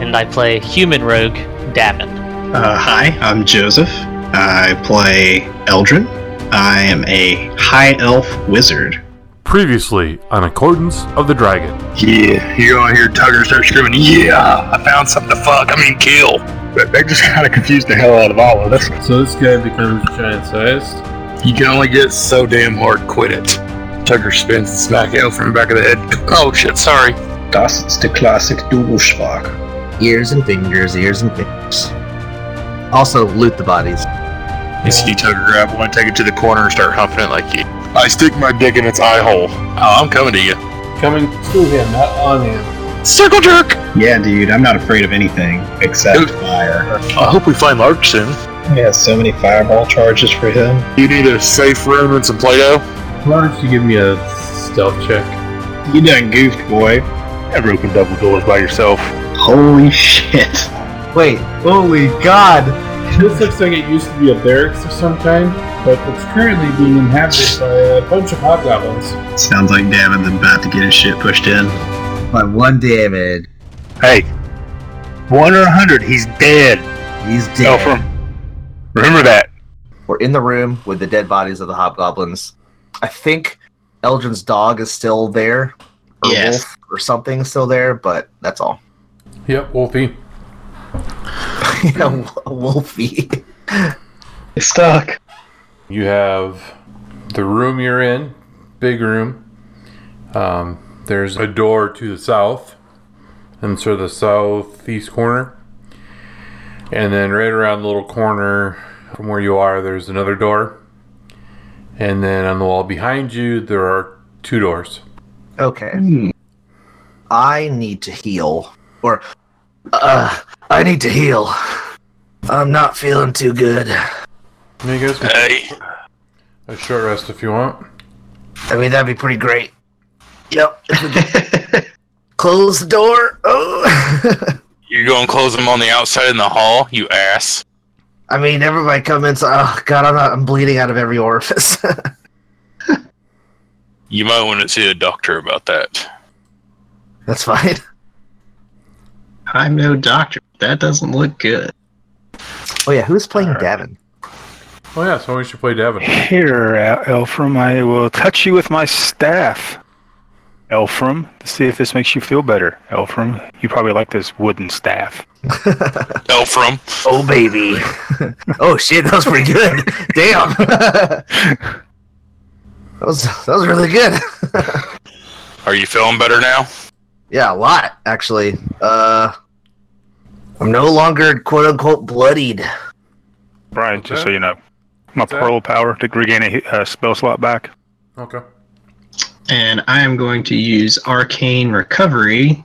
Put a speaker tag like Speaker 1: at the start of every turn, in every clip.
Speaker 1: and I play human rogue Davin.
Speaker 2: Uh, hi, I'm Joseph. I play Eldrin. I am a high elf wizard.
Speaker 3: Previously on Accordance of the Dragon.
Speaker 4: Yeah, you all hear Tugger start screaming, Yeah, I found something to fuck. I mean, kill. But that just kind of confused the hell out of all of us.
Speaker 5: So this guy becomes giant sized.
Speaker 4: You can only get so damn hard, quit it. Tugger spins and smack out from the back of the head. Oh shit, sorry.
Speaker 6: Das ist der classic Dudelschlag.
Speaker 7: ears and fingers, ears and fingers. Also, loot the bodies.
Speaker 4: You see Tugger grab one, take it to the corner, and start humping it like you. I stick my dick in its eye hole. Oh, I'm coming to you.
Speaker 5: Coming to him, not on him.
Speaker 4: Circle jerk!
Speaker 2: Yeah, dude, I'm not afraid of anything except
Speaker 4: Dude.
Speaker 2: fire.
Speaker 4: I hope we find Lark soon.
Speaker 6: He has so many fireball charges for him.
Speaker 4: You need a safe room and some Play Doh?
Speaker 5: Why don't you give me a stealth check?
Speaker 2: You done goofed, boy.
Speaker 8: Never open double doors by yourself.
Speaker 2: Holy shit.
Speaker 7: Wait, holy god!
Speaker 5: This looks like it used to be a barracks of some kind, but it's currently being inhabited by a bunch of hobgoblins.
Speaker 2: Sounds like Davin's about to get his shit pushed in.
Speaker 7: By one damage,
Speaker 8: Hey, one or a hundred, he's dead.
Speaker 7: he's dead.
Speaker 8: Elfram, remember that.
Speaker 7: We're in the room with the dead bodies of the hobgoblins. I think Eldrin's dog is still there, or
Speaker 2: Yes.
Speaker 7: wolf, or something still there, but that's all.
Speaker 3: Yep, Wolfie.
Speaker 7: yeah, wo- Wolfie.
Speaker 6: He's stuck.
Speaker 3: You have the room you're in, big room. Um, there's a door to the south, and sort of the southeast corner. And then right around the little corner from where you are, there's another door. And then on the wall behind you, there are two doors.
Speaker 7: Okay. I need to heal. Or, uh, I need to heal. I'm not feeling too good.
Speaker 3: You guys can
Speaker 4: Hey.
Speaker 3: a short rest if you want.
Speaker 7: I mean, that'd be pretty great. Yep. if we could- Close the door. Oh.
Speaker 4: You're gonna close them on the outside in the hall, you ass.
Speaker 7: I mean, everybody come inside. Oh God, I'm not. I'm bleeding out of every orifice.
Speaker 4: You might want to see a doctor about that.
Speaker 7: That's fine.
Speaker 2: I'm no doctor. That doesn't look good.
Speaker 7: Oh yeah, who's playing Davin?
Speaker 3: Oh yeah, so we should play Davin.
Speaker 9: Here, uh, Elfram, I will touch you with my staff. Elfram, let's see if this makes you feel better. Elfram, you probably like this wooden staff.
Speaker 4: Elfram.
Speaker 7: Oh baby. oh shit, that was pretty good. Damn. that was that was really good.
Speaker 4: Are you feeling better now?
Speaker 7: yeah, a lot actually. Uh, I'm no longer quote unquote bloodied.
Speaker 9: Brian, just so
Speaker 3: Okay.
Speaker 9: you know, my
Speaker 3: that?
Speaker 9: pearl power to regain a hit- uh, spell slot back.
Speaker 3: Okay.
Speaker 2: And I am going to use Arcane Recovery,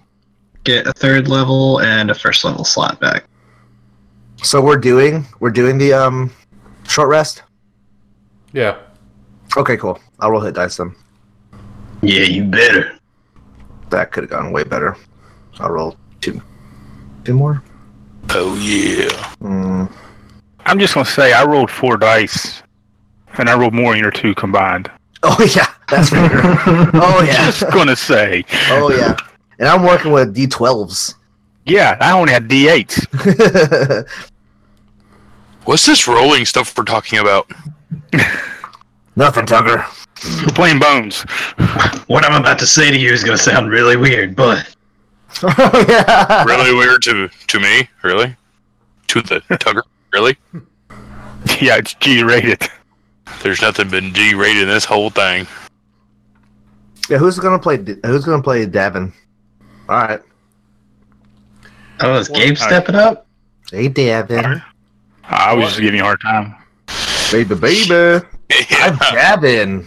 Speaker 2: get a third level and a first level slot back.
Speaker 7: So we're doing we're doing the um short rest.
Speaker 3: Yeah.
Speaker 7: Okay, cool. I'll roll hit dice then.
Speaker 2: Yeah, you better.
Speaker 7: That could have gone way better. I'll roll two two more.
Speaker 4: Oh yeah.
Speaker 7: Mm,
Speaker 9: I'm just going to say I rolled four dice, and I rolled more than your two combined.
Speaker 7: Oh yeah, that's better. oh yeah,
Speaker 9: Just going to say,
Speaker 7: oh yeah. And I'm working with D12s.
Speaker 9: yeah, I only had D8s.
Speaker 4: What's this rolling stuff we're talking about?
Speaker 7: Nothing, Tucker.
Speaker 9: We're playing bones.
Speaker 2: What I'm about to say to you is going to sound really weird, but
Speaker 7: oh yeah.
Speaker 4: Really weird to to me? Really? To the tugger? Really?
Speaker 9: yeah, it's G-rated.
Speaker 4: There's nothing been G-rated in this whole thing.
Speaker 7: Yeah, who's gonna play? Who's gonna play Davin? All right,
Speaker 2: oh, is Gabe
Speaker 9: I-
Speaker 2: stepping up?
Speaker 7: hey Davin,
Speaker 9: I was just giving you a hard time.
Speaker 7: baby, baby, I'm
Speaker 4: Yeah.
Speaker 7: Davin.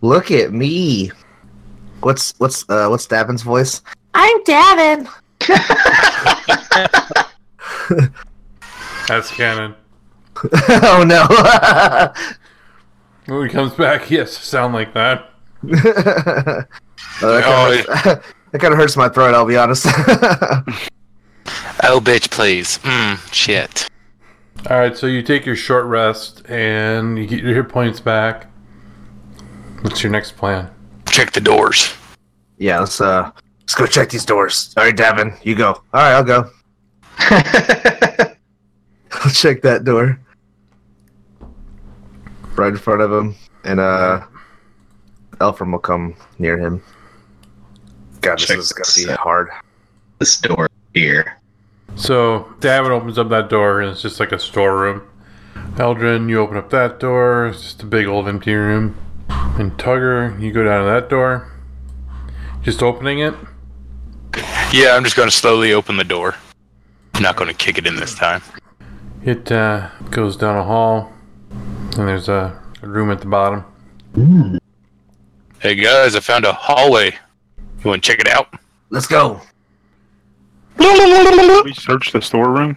Speaker 7: Look at me. What's what's uh what's Davin's voice? I'm Davin.
Speaker 3: That's canon.
Speaker 7: oh no.
Speaker 3: When he comes back, he has to sound like that.
Speaker 7: Uh, that kind of hurts, that kinda hurts my throat, I'll be honest.
Speaker 4: Oh, bitch, please. Mm, shit.
Speaker 3: All right, so you take your short rest and you get your hit points back. What's your next plan?
Speaker 4: Check the doors.
Speaker 7: yeah, let's uh let's go check these doors. Alright, Davin, you go. Alright, I'll go. I'll check that door. Right in front of him. And uh Elfram will come near him. God, this
Speaker 2: Check
Speaker 7: is gonna
Speaker 2: this
Speaker 7: be
Speaker 2: out.
Speaker 7: hard.
Speaker 2: This door here.
Speaker 3: So Davin opens up that door and it's just like a storeroom. Eldrin, you open up that door. It's just a big old empty room. And Tugger, you go down to that door. Just opening it.
Speaker 4: Yeah, I'm just going to slowly open the door. I'm not going to kick it in this time.
Speaker 3: It uh, goes down a hall, and there's a, a room at the bottom.
Speaker 4: Hey guys, I found a hallway. You want to check it out?
Speaker 7: Let's go.
Speaker 9: We search the storeroom.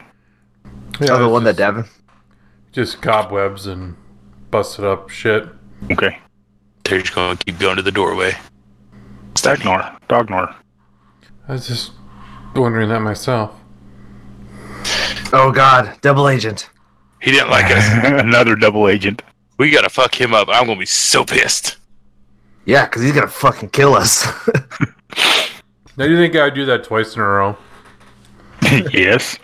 Speaker 7: oh, the one that Davin.
Speaker 3: Just cobwebs and busted up shit.
Speaker 9: Okay.
Speaker 4: They're just going to keep going to the doorway.
Speaker 9: Stagnor. Dognor.
Speaker 3: I was just wondering that myself.
Speaker 7: Oh god, double agent.
Speaker 4: He didn't like us.
Speaker 9: Another double agent.
Speaker 4: We got to fuck him up. I'm going to be so pissed.
Speaker 7: Yeah, because he's gonna fucking kill us.
Speaker 3: Now, do you think I would do that twice in a row?
Speaker 9: yes.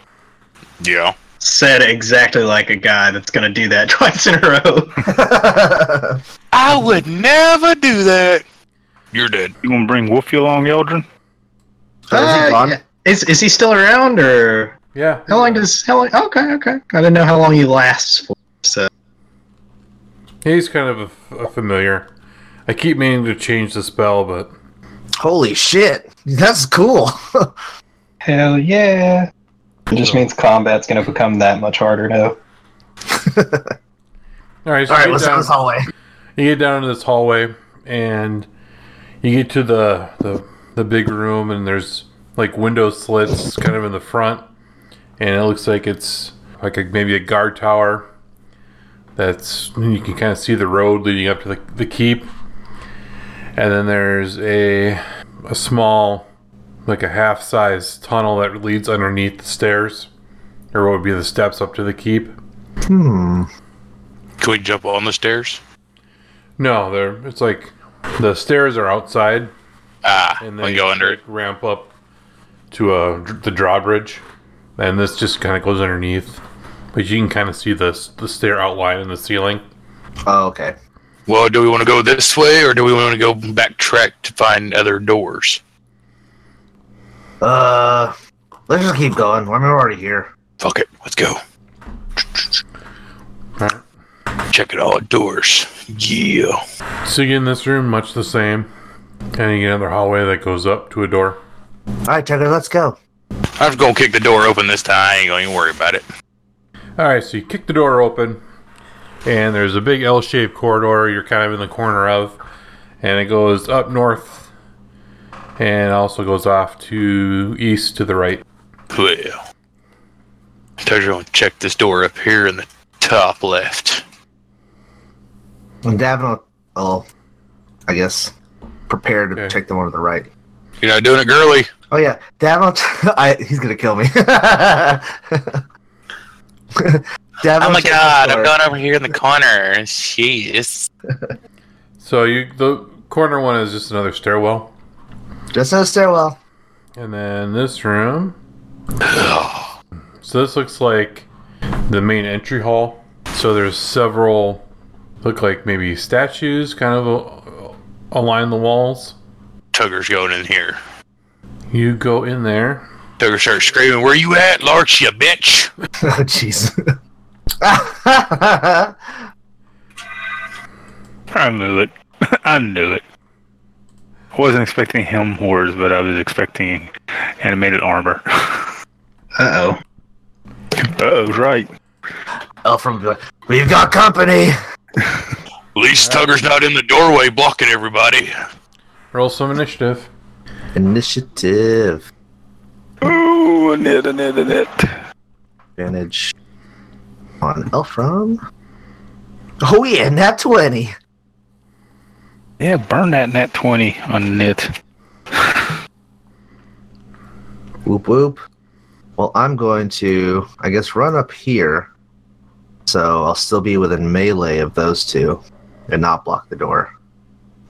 Speaker 4: Yeah.
Speaker 2: Said exactly like a guy that's gonna do that twice in a row.
Speaker 4: I would never do that. You're dead.
Speaker 9: You gonna bring Wolfie along, Eldrin?
Speaker 2: Uh, yeah. Is is he still around or
Speaker 3: Yeah.
Speaker 2: how long does how long okay, okay. I didn't know how long he lasts for. So
Speaker 3: He's kind of a f- a, familiar. I keep meaning to change the spell, but
Speaker 7: Holy shit. That's cool.
Speaker 2: Hell yeah. It just means combat's gonna become that much harder now.
Speaker 3: all right. So
Speaker 7: All right,
Speaker 3: you,
Speaker 7: let's
Speaker 3: get
Speaker 7: go
Speaker 3: down,
Speaker 7: this hallway.
Speaker 3: you get down to this hallway, and you get to the the the big room, and there's like window slits kind of in the front, and it looks like it's like a, maybe a guard tower. That's you can kind of see the road leading up to the, the keep, and then there's a a small like a half size tunnel that leads underneath the stairs, or what would be the steps up to the keep.
Speaker 7: Hmm.
Speaker 4: Can we jump on the stairs?
Speaker 3: No, they're it's like the stairs are outside,
Speaker 4: Ah,
Speaker 3: and
Speaker 4: we
Speaker 3: then
Speaker 4: go under it.
Speaker 3: ramp up to uh, dr- the drawbridge, and this just kind of goes underneath. But you can kind of see the s- the stair outline in the ceiling.
Speaker 7: Oh, okay.
Speaker 4: Well, do we want to go this way or do we want to go backtrack to find other doors?
Speaker 7: Uh, let's just keep going. We're already here.
Speaker 4: Fuck it. Let's go.
Speaker 3: Alright.
Speaker 4: Check it all doors. Yeah.
Speaker 3: So you get in this room, much the same, and you get another hallway that goes up to a door.
Speaker 7: All right, Tucker, let's go.
Speaker 4: I'm just gonna kick the door open this time. I ain't gonna even worry about it.
Speaker 3: All right, so you kick the door open, and there's a big L-shaped corridor you're kind of in the corner of, and it goes up north, and also goes off to east to the right.
Speaker 4: Well, Tugger's gonna check this door up here in the top left.
Speaker 7: And Davin will, will, I guess, prepare to
Speaker 3: Okay.
Speaker 7: check the one to the right.
Speaker 4: You're not doing it, girly.
Speaker 7: Oh, yeah. Davin, will t- I, he's going to kill me. Davin
Speaker 4: Oh
Speaker 7: will
Speaker 4: my
Speaker 7: check
Speaker 4: god,
Speaker 7: the
Speaker 4: I'm
Speaker 7: door.
Speaker 4: going over here in the corner. Jeez.
Speaker 3: So you the corner one is just another stairwell,
Speaker 7: Just no stairwell.
Speaker 3: and then this room. so this looks like the main entry hall. So there's several look like maybe statues kind of a, align the walls.
Speaker 4: Tugger's going in here.
Speaker 3: You go in there.
Speaker 4: Tugger starts screaming, Where you at, Larch, you bitch?
Speaker 7: Oh, jeez.
Speaker 9: I knew it. I knew it. I wasn't expecting him hordes, but I was expecting animated armor.
Speaker 2: Uh oh.
Speaker 9: oh, right.
Speaker 7: Elfram will be like, Oh, we've got company.
Speaker 4: At least Tugger's not in the doorway blocking everybody.
Speaker 3: Roll some initiative.
Speaker 7: Initiative.
Speaker 9: Ooh, a net, a net, a net.
Speaker 7: Advantage on Elfram. Oh yeah, nat twenty.
Speaker 9: Yeah, burn that nat twenty on it.
Speaker 7: Whoop whoop. Well, I'm going to, I guess, run up here. So I'll still be within melee of those two and not block the door.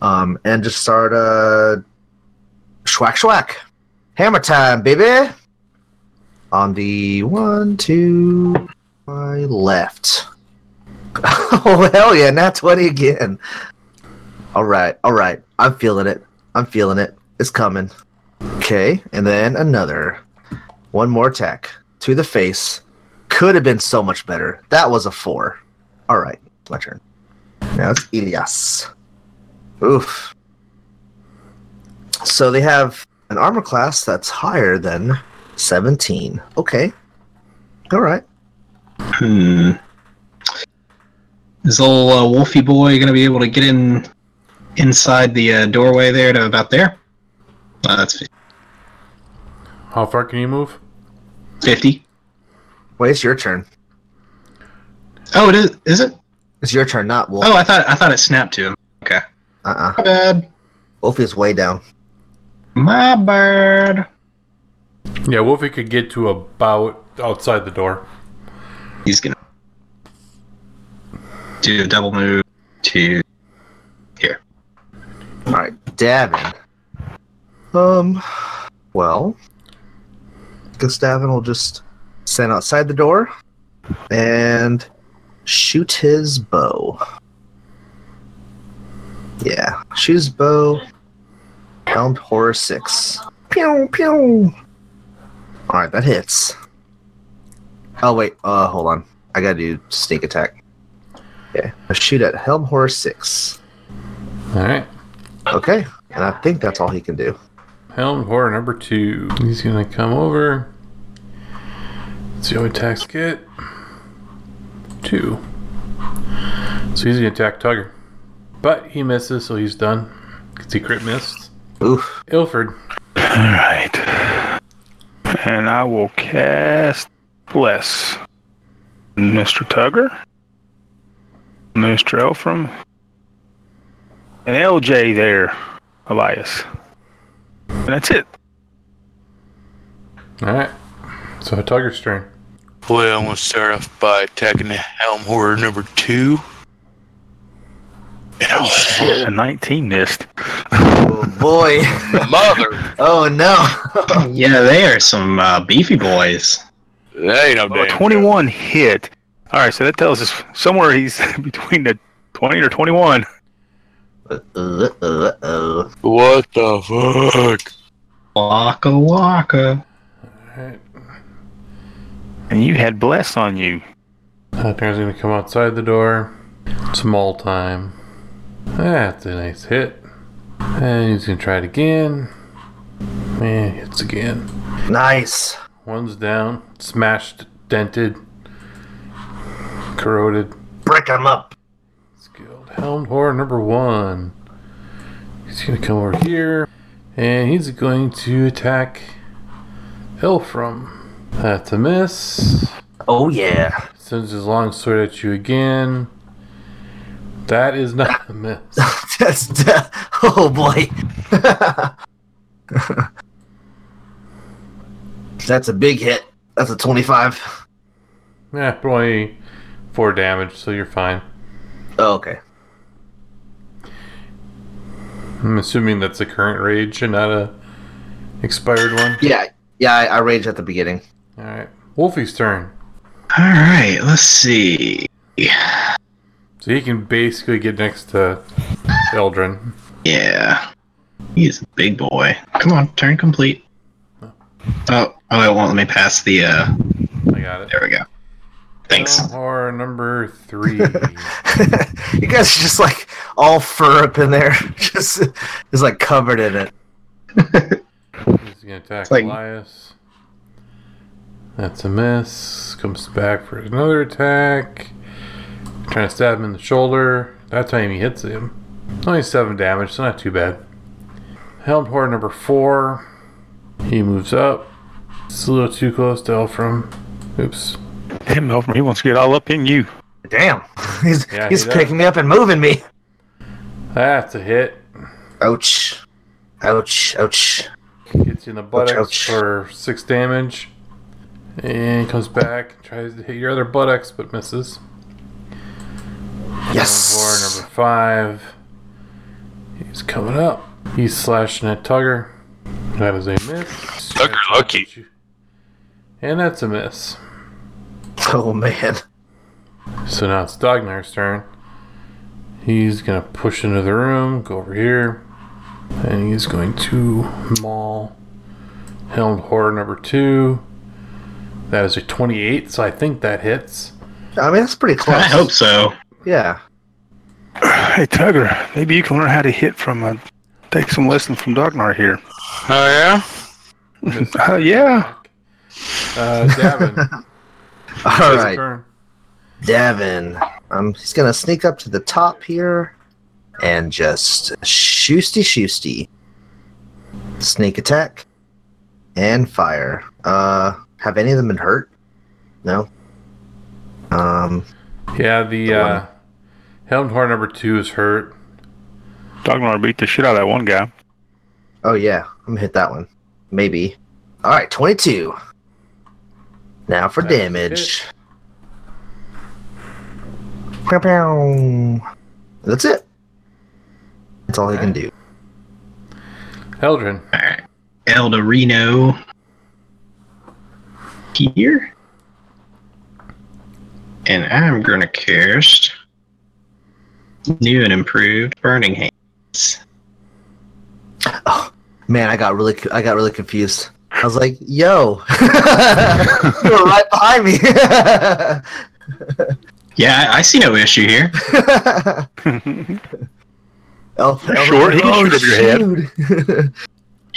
Speaker 7: Um, and just start, uh, schwack schwack. Hammer time, baby! On the one, two, my left. oh, hell yeah, nat 20 again. All right, all right. I'm feeling it. I'm feeling it. It's coming. Okay, and then another. One more attack to the face. Could have been so much better. That was a four. All right, my turn. Now it's Elias. Oof. So they have an armor class that's higher than 17. Okay. All right.
Speaker 2: Hmm. Is old uh, Wolfie boy gonna be able to get in inside the uh, doorway there to about there? Uh, that's fi-
Speaker 3: How far can you move?
Speaker 2: fifty.
Speaker 7: Wait, it's your turn.
Speaker 2: Oh, it is. Is it?
Speaker 7: It's your turn, not Wolf.
Speaker 2: Oh, I thought I thought it snapped to him. Okay.
Speaker 7: Uh-uh.
Speaker 2: My bad.
Speaker 7: Wolfie is way down.
Speaker 2: My bad.
Speaker 3: Yeah, Wolfie could get to about outside the door.
Speaker 2: He's gonna do a double move to here.
Speaker 7: All right, Davin. Um, well, guess Davin will just stand outside the door and shoot his bow. Yeah, shoot his bow. Elm horror six. Pew pew. All right, that hits. Oh wait, uh, hold on. I gotta do sneak attack. Okay, I shoot at Helm Horror six.
Speaker 3: All right.
Speaker 7: Okay, and I think that's all he can do.
Speaker 3: Helm horror number two. He's gonna come over. Let's see how attacks get. Two. So he's gonna attack Tugger. But he misses, so he's done. Because he crit missed.
Speaker 7: Oof.
Speaker 3: Ilford.
Speaker 9: Alright. And I will cast Bless. Mr. Tugger. Mr. Elfram. And LJ there, Elias. And that's it.
Speaker 3: Alright. So Tugger's turn.
Speaker 4: Well, I'm gonna start off by attacking the Helm Horror number two.
Speaker 9: Oh, shit. A 19 missed.
Speaker 7: Oh boy.
Speaker 4: Mother,
Speaker 7: Oh no.
Speaker 2: Yeah, they are some uh, beefy boys.
Speaker 4: that ain't no
Speaker 9: Oh,
Speaker 4: damn.
Speaker 9: 21 hit. Alright, so that tells us somewhere he's between the 20 or 21.
Speaker 7: uh oh.
Speaker 4: What the fuck?
Speaker 2: Waka waka.
Speaker 3: Alright.
Speaker 9: And you had Bless on you.
Speaker 3: Tugger's gonna come outside the door. Small time. That's a nice hit. And he's gonna try it again. Man, hits again.
Speaker 7: Nice.
Speaker 3: One's down, smashed, dented, corroded.
Speaker 7: Break him up.
Speaker 3: Skilled Helm Horror number one. He's gonna come over here, and he's going to attack Elfram. That's a miss.
Speaker 7: Oh yeah.
Speaker 3: Sends his long sword at you again. That is not a miss.
Speaker 7: That's de- oh boy. That's a big hit. That's a twenty-five.
Speaker 3: Yeah, only four damage, so you're fine.
Speaker 7: Oh, okay.
Speaker 3: I'm assuming that's a current rage and not a expired one.
Speaker 7: Yeah, yeah. I, I raged at the beginning.
Speaker 3: All right, Wolfie's turn.
Speaker 2: All right, let's see.
Speaker 3: So he can basically get next to Eldrin.
Speaker 2: Yeah, he's a big boy. Come on, turn complete. Oh, oh, it won't let me pass the. uh
Speaker 3: I got it.
Speaker 2: There we go. Thanks.
Speaker 3: Helm Horror number three.
Speaker 7: you guys are just like all fur up in there, just is like covered in it.
Speaker 3: He's gonna attack
Speaker 2: It's like-
Speaker 3: Elias. That's a miss. Comes back for another attack. Trying to stab him in the shoulder. That time he hits him. Only seven damage, so not too bad. Helm Horror number four. He moves up. It's a little too close to Elfram. Oops.
Speaker 9: Damn, Elfram, he wants to get all up in you.
Speaker 7: Damn. He's
Speaker 3: Yeah,
Speaker 7: he's
Speaker 3: he does.
Speaker 7: picking me up and moving me.
Speaker 3: That's a hit.
Speaker 7: Ouch. Ouch. Ouch.
Speaker 3: Hits you in the buttocks for six damage. And comes back, tries to hit your other buttocks, but misses. Yes. Number four, number five. He's coming up. He's slashing at Tugger. That is a miss. Tugger lucky. And that's a miss.
Speaker 7: Oh man.
Speaker 3: So now it's Dognar's turn. He's gonna push into the room, go over here, and he's going to maul Helmed Horror number two. That is a 28, so I think that hits.
Speaker 7: I mean, that's pretty close.
Speaker 2: so.
Speaker 7: Yeah.
Speaker 9: Hey, Tugger, maybe you can learn how to hit from a. Take some lesson from Dognar here.
Speaker 4: Oh
Speaker 9: yeah. uh, yeah.
Speaker 3: Uh, Davin.
Speaker 7: All
Speaker 3: His
Speaker 7: right.
Speaker 3: turn.
Speaker 7: Devin. Um, he's gonna sneak up to the top here and just shoosty shoosty. Sneak attack and fire. Uh have any of them been hurt? No. Um
Speaker 3: Yeah, the uh, Helmed Horror number two is hurt.
Speaker 9: Dognar beat the shit out of that one guy.
Speaker 7: oh yeah, I'm gonna hit that one. Maybe. Alright, twenty two. Now for
Speaker 3: That's a
Speaker 7: damage. Pow, pow. That's it. That's all he can do.
Speaker 3: Eldrin.
Speaker 2: El Dorino. Here. And I'm going to cast new and improved Burning Hands.
Speaker 7: Man, I got really I got really confused. I was like, "Yo, you were right behind me."
Speaker 2: Yeah, I, I see no issue here.
Speaker 7: El- El-
Speaker 2: Sure, he can
Speaker 7: Oh,
Speaker 2: shoot up your head.
Speaker 7: shoot.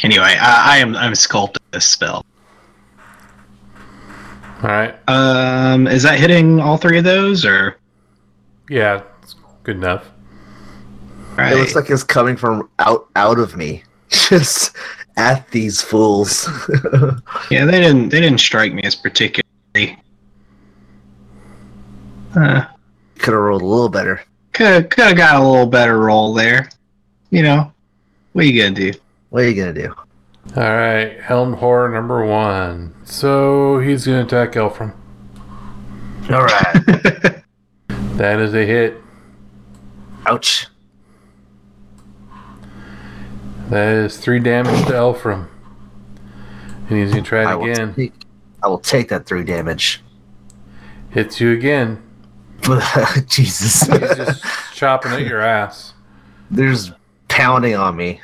Speaker 2: Anyway, I, I am I'm sculpting this spell.
Speaker 3: All right.
Speaker 2: Um, is that hitting all three of those, or
Speaker 3: Yeah, it's good enough.
Speaker 7: It looks like it's coming from out out of me, just at these fools.
Speaker 2: yeah, they didn't they didn't strike me as particularly. Uh,
Speaker 7: Could have rolled a little better.
Speaker 2: could could have got a little better roll there. You know, what are you gonna do?
Speaker 7: What are you gonna do?
Speaker 3: All right, Helm Horror number one. So he's gonna attack Elfram.
Speaker 7: All right.
Speaker 3: That is a hit.
Speaker 7: Ouch.
Speaker 3: That is three damage to Elfram. And he's gonna try it
Speaker 7: I will
Speaker 3: again.
Speaker 7: take- I will take that three damage.
Speaker 3: Hits you again.
Speaker 7: Jesus,
Speaker 3: He's just chopping at your ass
Speaker 7: there's pounding on me.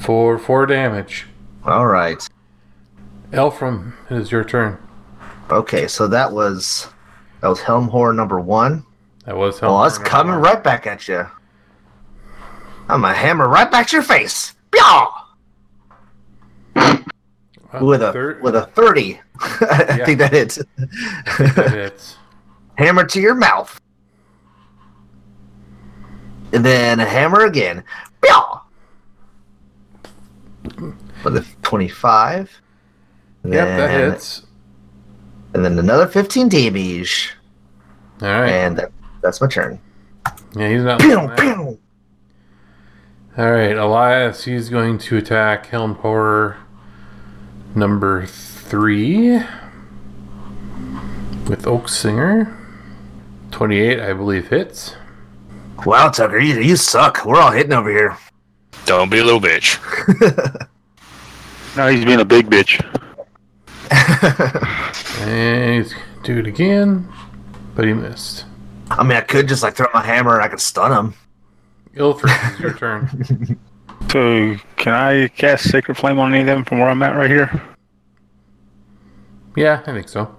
Speaker 3: for four damage.
Speaker 7: All right.
Speaker 3: Elfram, it is your turn.
Speaker 7: Okay, so that was that was Helmhor number one.
Speaker 3: That was
Speaker 7: Well,
Speaker 3: Helm.
Speaker 7: I was coming right back at you. I'm a hammer right back to your face. Pyaw! With a with a thirty, I
Speaker 3: Yeah.
Speaker 7: think that hits.
Speaker 3: that hits.
Speaker 7: hammer to your mouth, and then hammer again. Pyaw! With a twenty-five. and
Speaker 3: Yep, that
Speaker 7: then-
Speaker 3: hits.
Speaker 7: And then another fifteen damage,
Speaker 3: All right.
Speaker 7: and that, that's my turn.
Speaker 3: yeah, he's not.
Speaker 7: Pew,
Speaker 3: letting that-
Speaker 7: pew.
Speaker 3: All right, Elias. He's going to attack Helm Horror number three with Oak Singer. Twenty-eight, I believe, hits.
Speaker 7: Wow, Tucker, you, you suck. We're all hitting over here.
Speaker 4: Don't be a little bitch.
Speaker 9: No, he's being a big bitch.
Speaker 3: And he's gonna do it again, but he missed.
Speaker 7: I mean, I could just like throw my hammer and I could stun him.
Speaker 3: Ilfred, it's your turn.
Speaker 9: So, can I cast Sacred Flame on any of them from where I'm at right here?
Speaker 3: Yeah, I think so.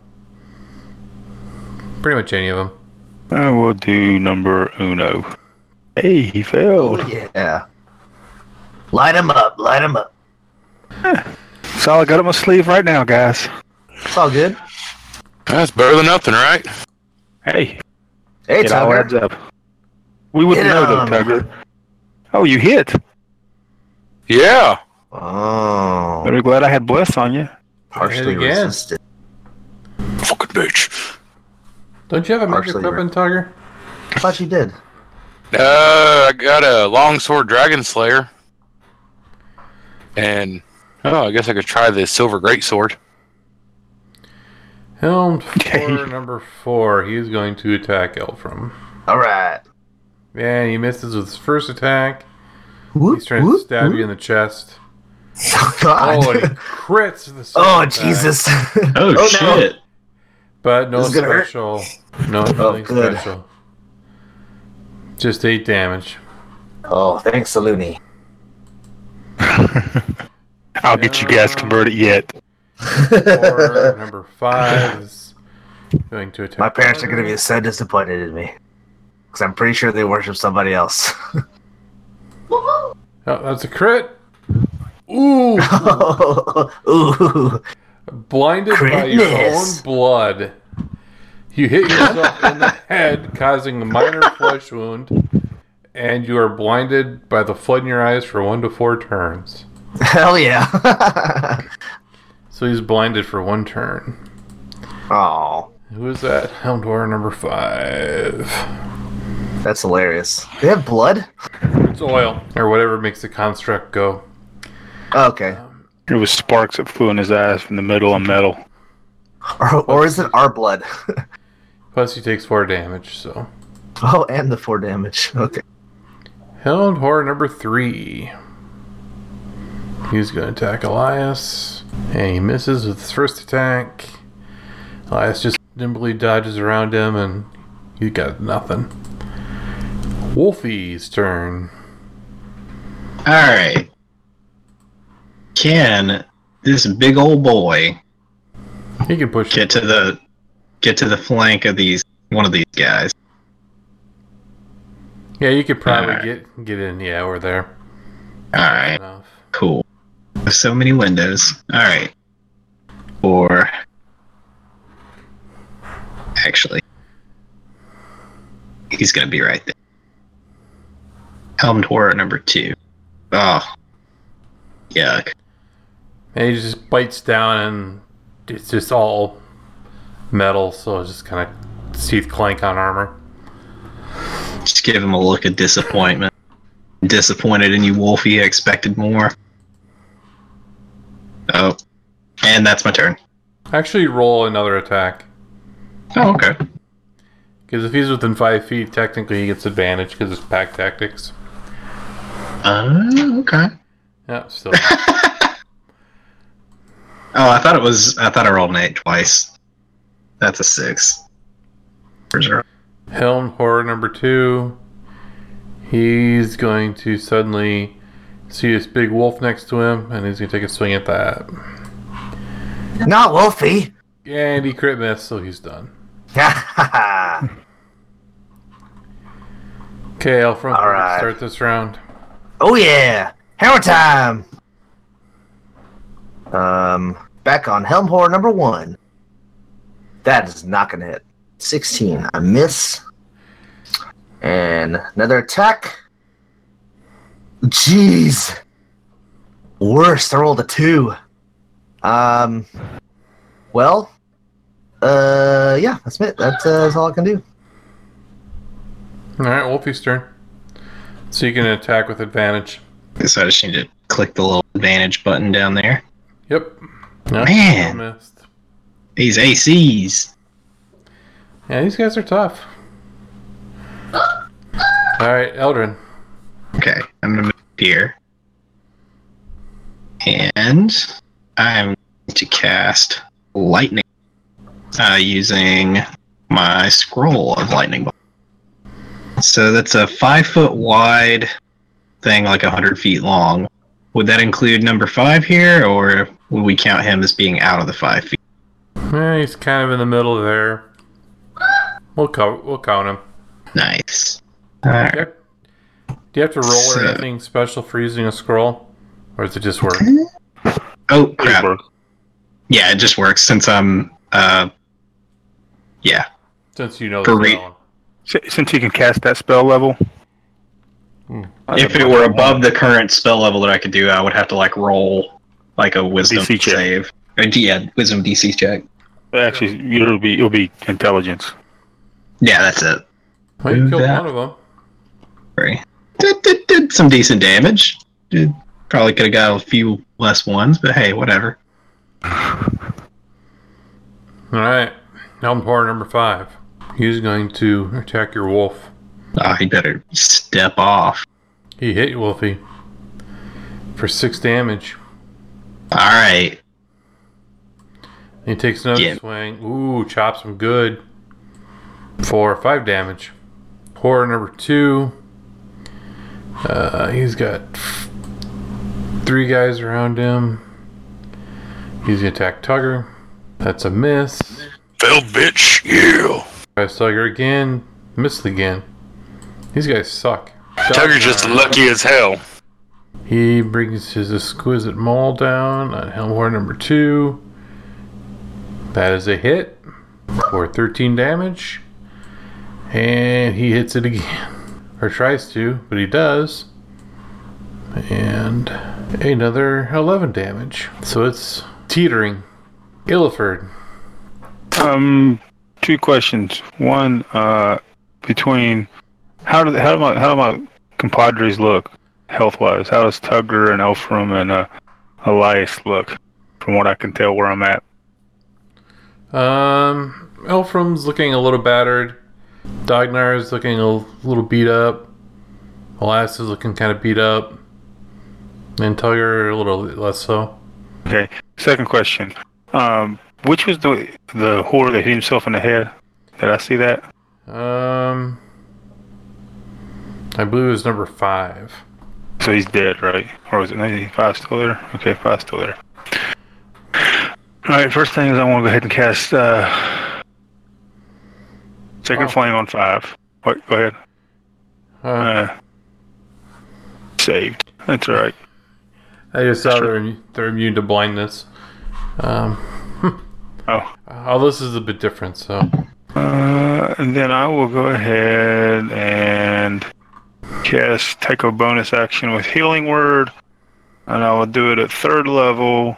Speaker 3: Pretty much any of them.
Speaker 9: I will do number uno. Hey, he
Speaker 3: Oh,
Speaker 9: failed.
Speaker 7: Yeah. Light him up. Light him up.
Speaker 9: That's all I got up my sleeve right now, guys.
Speaker 7: It's all good.
Speaker 4: That's better than nothing, right?
Speaker 9: Hey,
Speaker 7: Hey,
Speaker 9: it all adds
Speaker 7: Tucker.
Speaker 9: up. We wouldn't
Speaker 7: Hit
Speaker 9: know though,
Speaker 7: him.
Speaker 9: Tugger. Oh, you hit.
Speaker 4: Yeah.
Speaker 7: Oh.
Speaker 9: Very glad I had bless on you.
Speaker 7: Partially
Speaker 3: again.
Speaker 7: resisted.
Speaker 4: Fucking bitch.
Speaker 3: Don't you have a magic
Speaker 4: Partially
Speaker 3: weapon, Tiger?
Speaker 7: I thought you did.
Speaker 4: Uh, I got a longsword dragon slayer, and oh, I guess I could try the silver greatsword.
Speaker 3: Helmed for number four. He is going to attack Elfram.
Speaker 7: All right.
Speaker 3: Yeah, he misses with his first attack. He's trying
Speaker 7: whoop,
Speaker 3: to stab
Speaker 7: whoop.
Speaker 3: you in the chest.
Speaker 7: Oh, God.
Speaker 3: Oh, and he crits the second
Speaker 7: Oh,
Speaker 3: attack.
Speaker 7: Jesus.
Speaker 3: Oh,
Speaker 7: no.
Speaker 3: shit. But no
Speaker 7: This is gonna hurt. Oh,
Speaker 3: special. No, nothing
Speaker 7: good.
Speaker 3: special. Just eight damage.
Speaker 7: Oh, thanks, Saluni.
Speaker 9: I'll get you guys converted yet.
Speaker 3: Or number five is going to attack.
Speaker 7: My parents are going to be so disappointed in me. Because I'm pretty sure they worship somebody else.
Speaker 3: Oh, that's a crit. Ooh.
Speaker 7: Oh, Ooh.
Speaker 3: Blinded by your
Speaker 7: Critness.
Speaker 3: own blood. You hit yourself in the head, causing a minor flesh wound, and you are blinded by the flood in your eyes for one to four turns.
Speaker 7: Hell yeah.
Speaker 3: So he's blinded for one turn.
Speaker 7: Oh.
Speaker 3: Who is that? Houndor number five.
Speaker 7: That's hilarious. They have blood?
Speaker 3: It's oil, or whatever makes the construct go.
Speaker 7: Oh, Okay.
Speaker 9: It was sparks that flew in his eyes from the middle of metal.
Speaker 7: Or, or is it our blood?
Speaker 3: Plus, he takes four damage, so.
Speaker 7: oh, and the four damage. Okay.
Speaker 3: Houndor number three. He's going to attack Elias, and he misses with his first attack. Elias just nimbly dodges around him, and he got nothing. Wolfie's turn.
Speaker 2: All right. Can this big old boy
Speaker 3: He can push
Speaker 2: get to the get to the flank of these one of these guys?
Speaker 3: Yeah, you could probably
Speaker 2: Alright.
Speaker 3: get get in. Yeah, we're there.
Speaker 2: All right. Cool. So many windows. All right. Or actually, he's gonna be right there. Helmed horror number two. Oh, yuck.
Speaker 3: And he just bites down, and it's just all metal, so it's just kind of teeth clank on armor.
Speaker 2: Just give him a look of disappointment. Disappointed in you, Wolfie. I expected more. Oh, and that's my turn.
Speaker 3: Actually, roll another attack.
Speaker 2: Oh, okay.
Speaker 3: Because if he's within five feet, technically he gets advantage because it's pack tactics.
Speaker 2: Oh, okay.
Speaker 3: Yeah, still.
Speaker 2: Oh, I thought it was. I thought I rolled an eight twice. That's a six. For sure.
Speaker 3: Helm horror number two. He's going to suddenly see this big wolf next to him, and he's going to take a swing at that.
Speaker 7: Not Wolfie.
Speaker 3: And he crit miss, so he's done.
Speaker 7: Oh,
Speaker 3: Okay, Alfred,
Speaker 7: All right.
Speaker 3: start this round.
Speaker 7: oh, yeah. Hammer time. Um, back on Helmhor number one. That is not going to hit. 16. I miss. And another attack. Jeez. Worst. I rolled a two. Um. Well. Uh. Yeah. That's it. That's, uh, that's all I can do.
Speaker 3: All right, Wolfie's turn. So you can attack with advantage.
Speaker 2: So I just need to click the little advantage button down there.
Speaker 3: Yep. No,
Speaker 2: Man.
Speaker 3: still missed.
Speaker 2: These ACs.
Speaker 3: Yeah, these guys are tough. All right, Eldrin.
Speaker 2: Okay, I'm gonna move here, and I'm going to cast lightning uh, using my scroll of lightning bolt. So that's a five foot wide thing, like hundred feet long. Would that include number five here, or would we count him as being out of the five feet?
Speaker 3: Yeah, Eh, he's kind of in the middle there. We'll count. We'll count him.
Speaker 2: Nice.
Speaker 3: Do you have- do you have to roll
Speaker 2: So-
Speaker 3: or anything special for using a scroll, or does it just work?
Speaker 2: Oh crap! Yeah, it just works since I'm. Uh, yeah.
Speaker 3: Since you know
Speaker 9: For
Speaker 3: the
Speaker 9: re-
Speaker 3: spell.
Speaker 9: S- Since you can cast that spell level,
Speaker 2: if it were above the current spell level that I could do, I would have to like roll like a wisdom
Speaker 9: DC check.
Speaker 2: save. Or, yeah, wisdom DC check.
Speaker 9: Actually, it'll be it'll be intelligence.
Speaker 2: Yeah, that's it.
Speaker 3: Well, you killed one of them.
Speaker 2: Three. Did, did, did some decent damage. Did, probably could have got a few less ones, but hey, whatever.
Speaker 3: All right, Elmhor number five. He's going to attack your wolf.
Speaker 2: Ah, he better step off.
Speaker 3: He hit Wolfie for six damage.
Speaker 2: All right.
Speaker 3: He takes another swing. Ooh, chops him good. Four, five damage. Horror number two. Uh, he's got f- three guys around him. He's gonna attack Tugger. That's a miss.
Speaker 4: Failed bitch, you.
Speaker 3: Tries Tugger again. Missed again. These guys suck.
Speaker 4: Tugger's just lucky as hell.
Speaker 3: He brings his exquisite maul down on Helmhorn number two. That is a hit for 13 damage. And he hits it again. Or tries to, but he does. And another 11 damage. So it's teetering. Illiford.
Speaker 9: Um, two questions. One, uh, between how do how do my how do my compadres look health wise? How does Tugger and Elfram and uh, Elias look? From what I can tell, where I'm at.
Speaker 3: Um, Elfram's looking a little battered. Dognar's looking a little beat up. Elias is looking kind of beat up. And Tugger a little less so.
Speaker 9: Okay. Second question. Um, which was the the whore that hit himself in the head? Did I see that?
Speaker 3: Um, I believe it was number five.
Speaker 9: So he's dead, right? Or was it maybe five still there? Okay, five still there. All right. First thing is I want to go ahead and cast uh, second flame on five. Wait, go ahead.
Speaker 3: Uh,
Speaker 9: saved. That's all right.
Speaker 3: I just saw they're, immu- they're immune to blindness. Um,
Speaker 9: oh.
Speaker 3: Oh, this is a bit different, so.
Speaker 9: Uh, and then I will go ahead and cast take a bonus action with healing word, and I will do it at third level.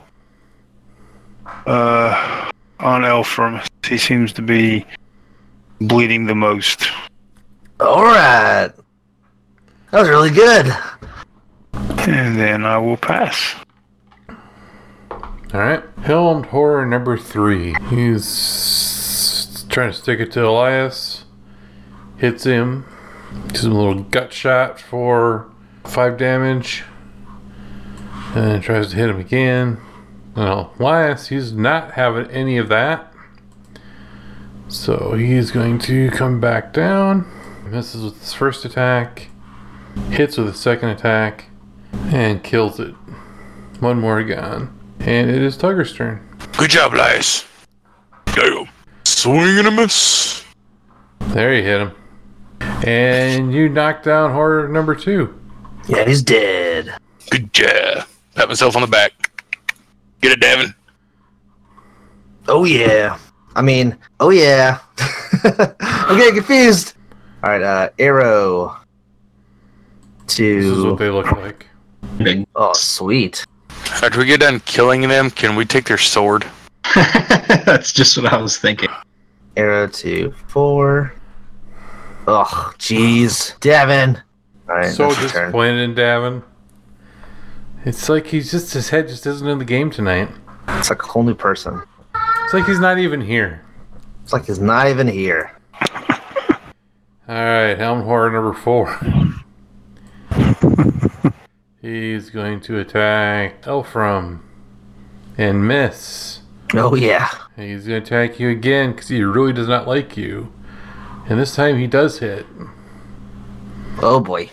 Speaker 9: Uh, on Elfram, he seems to be bleeding the most.
Speaker 7: All right. That was really good.
Speaker 9: And then I will pass.
Speaker 3: Alright. Helmed Horror number three. He's trying to stick it to Elias. Hits him. Gives him a little gut shot for five damage. And then tries to hit him again. Now, Elias, he's not having any of that. So he's going to come back down. Misses with his first attack. Hits with his second attack. And kills it. One more gone. And it is Tugger's turn.
Speaker 4: Good job, Lias. Go. Swing and a miss.
Speaker 3: There you hit him. And you knock down horror number two.
Speaker 7: Yeah, he's dead.
Speaker 4: Good job. Pat myself on the back. Get it, Davin.
Speaker 7: Oh yeah. I mean, oh yeah. I'm getting confused. All right, uh, arrow. To
Speaker 3: This is what they look like.
Speaker 7: oh sweet.
Speaker 4: After we get done killing them, can we take their sword?
Speaker 2: That's just what I was thinking.
Speaker 7: Arrow to four. Ugh, jeez, Devin. All right,
Speaker 3: so
Speaker 7: that's his turn.
Speaker 3: disappointed in Davin. It's like he's just his head just isn't in the game tonight.
Speaker 7: It's like a whole new person.
Speaker 3: It's like he's not even here.
Speaker 7: It's like he's not even here.
Speaker 3: All right, Helm Horror number four. he's going to attack Elfram and miss.
Speaker 7: Oh yeah.
Speaker 3: And he's going to attack you again because he really does not like you. And this time he does hit.
Speaker 7: Oh boy.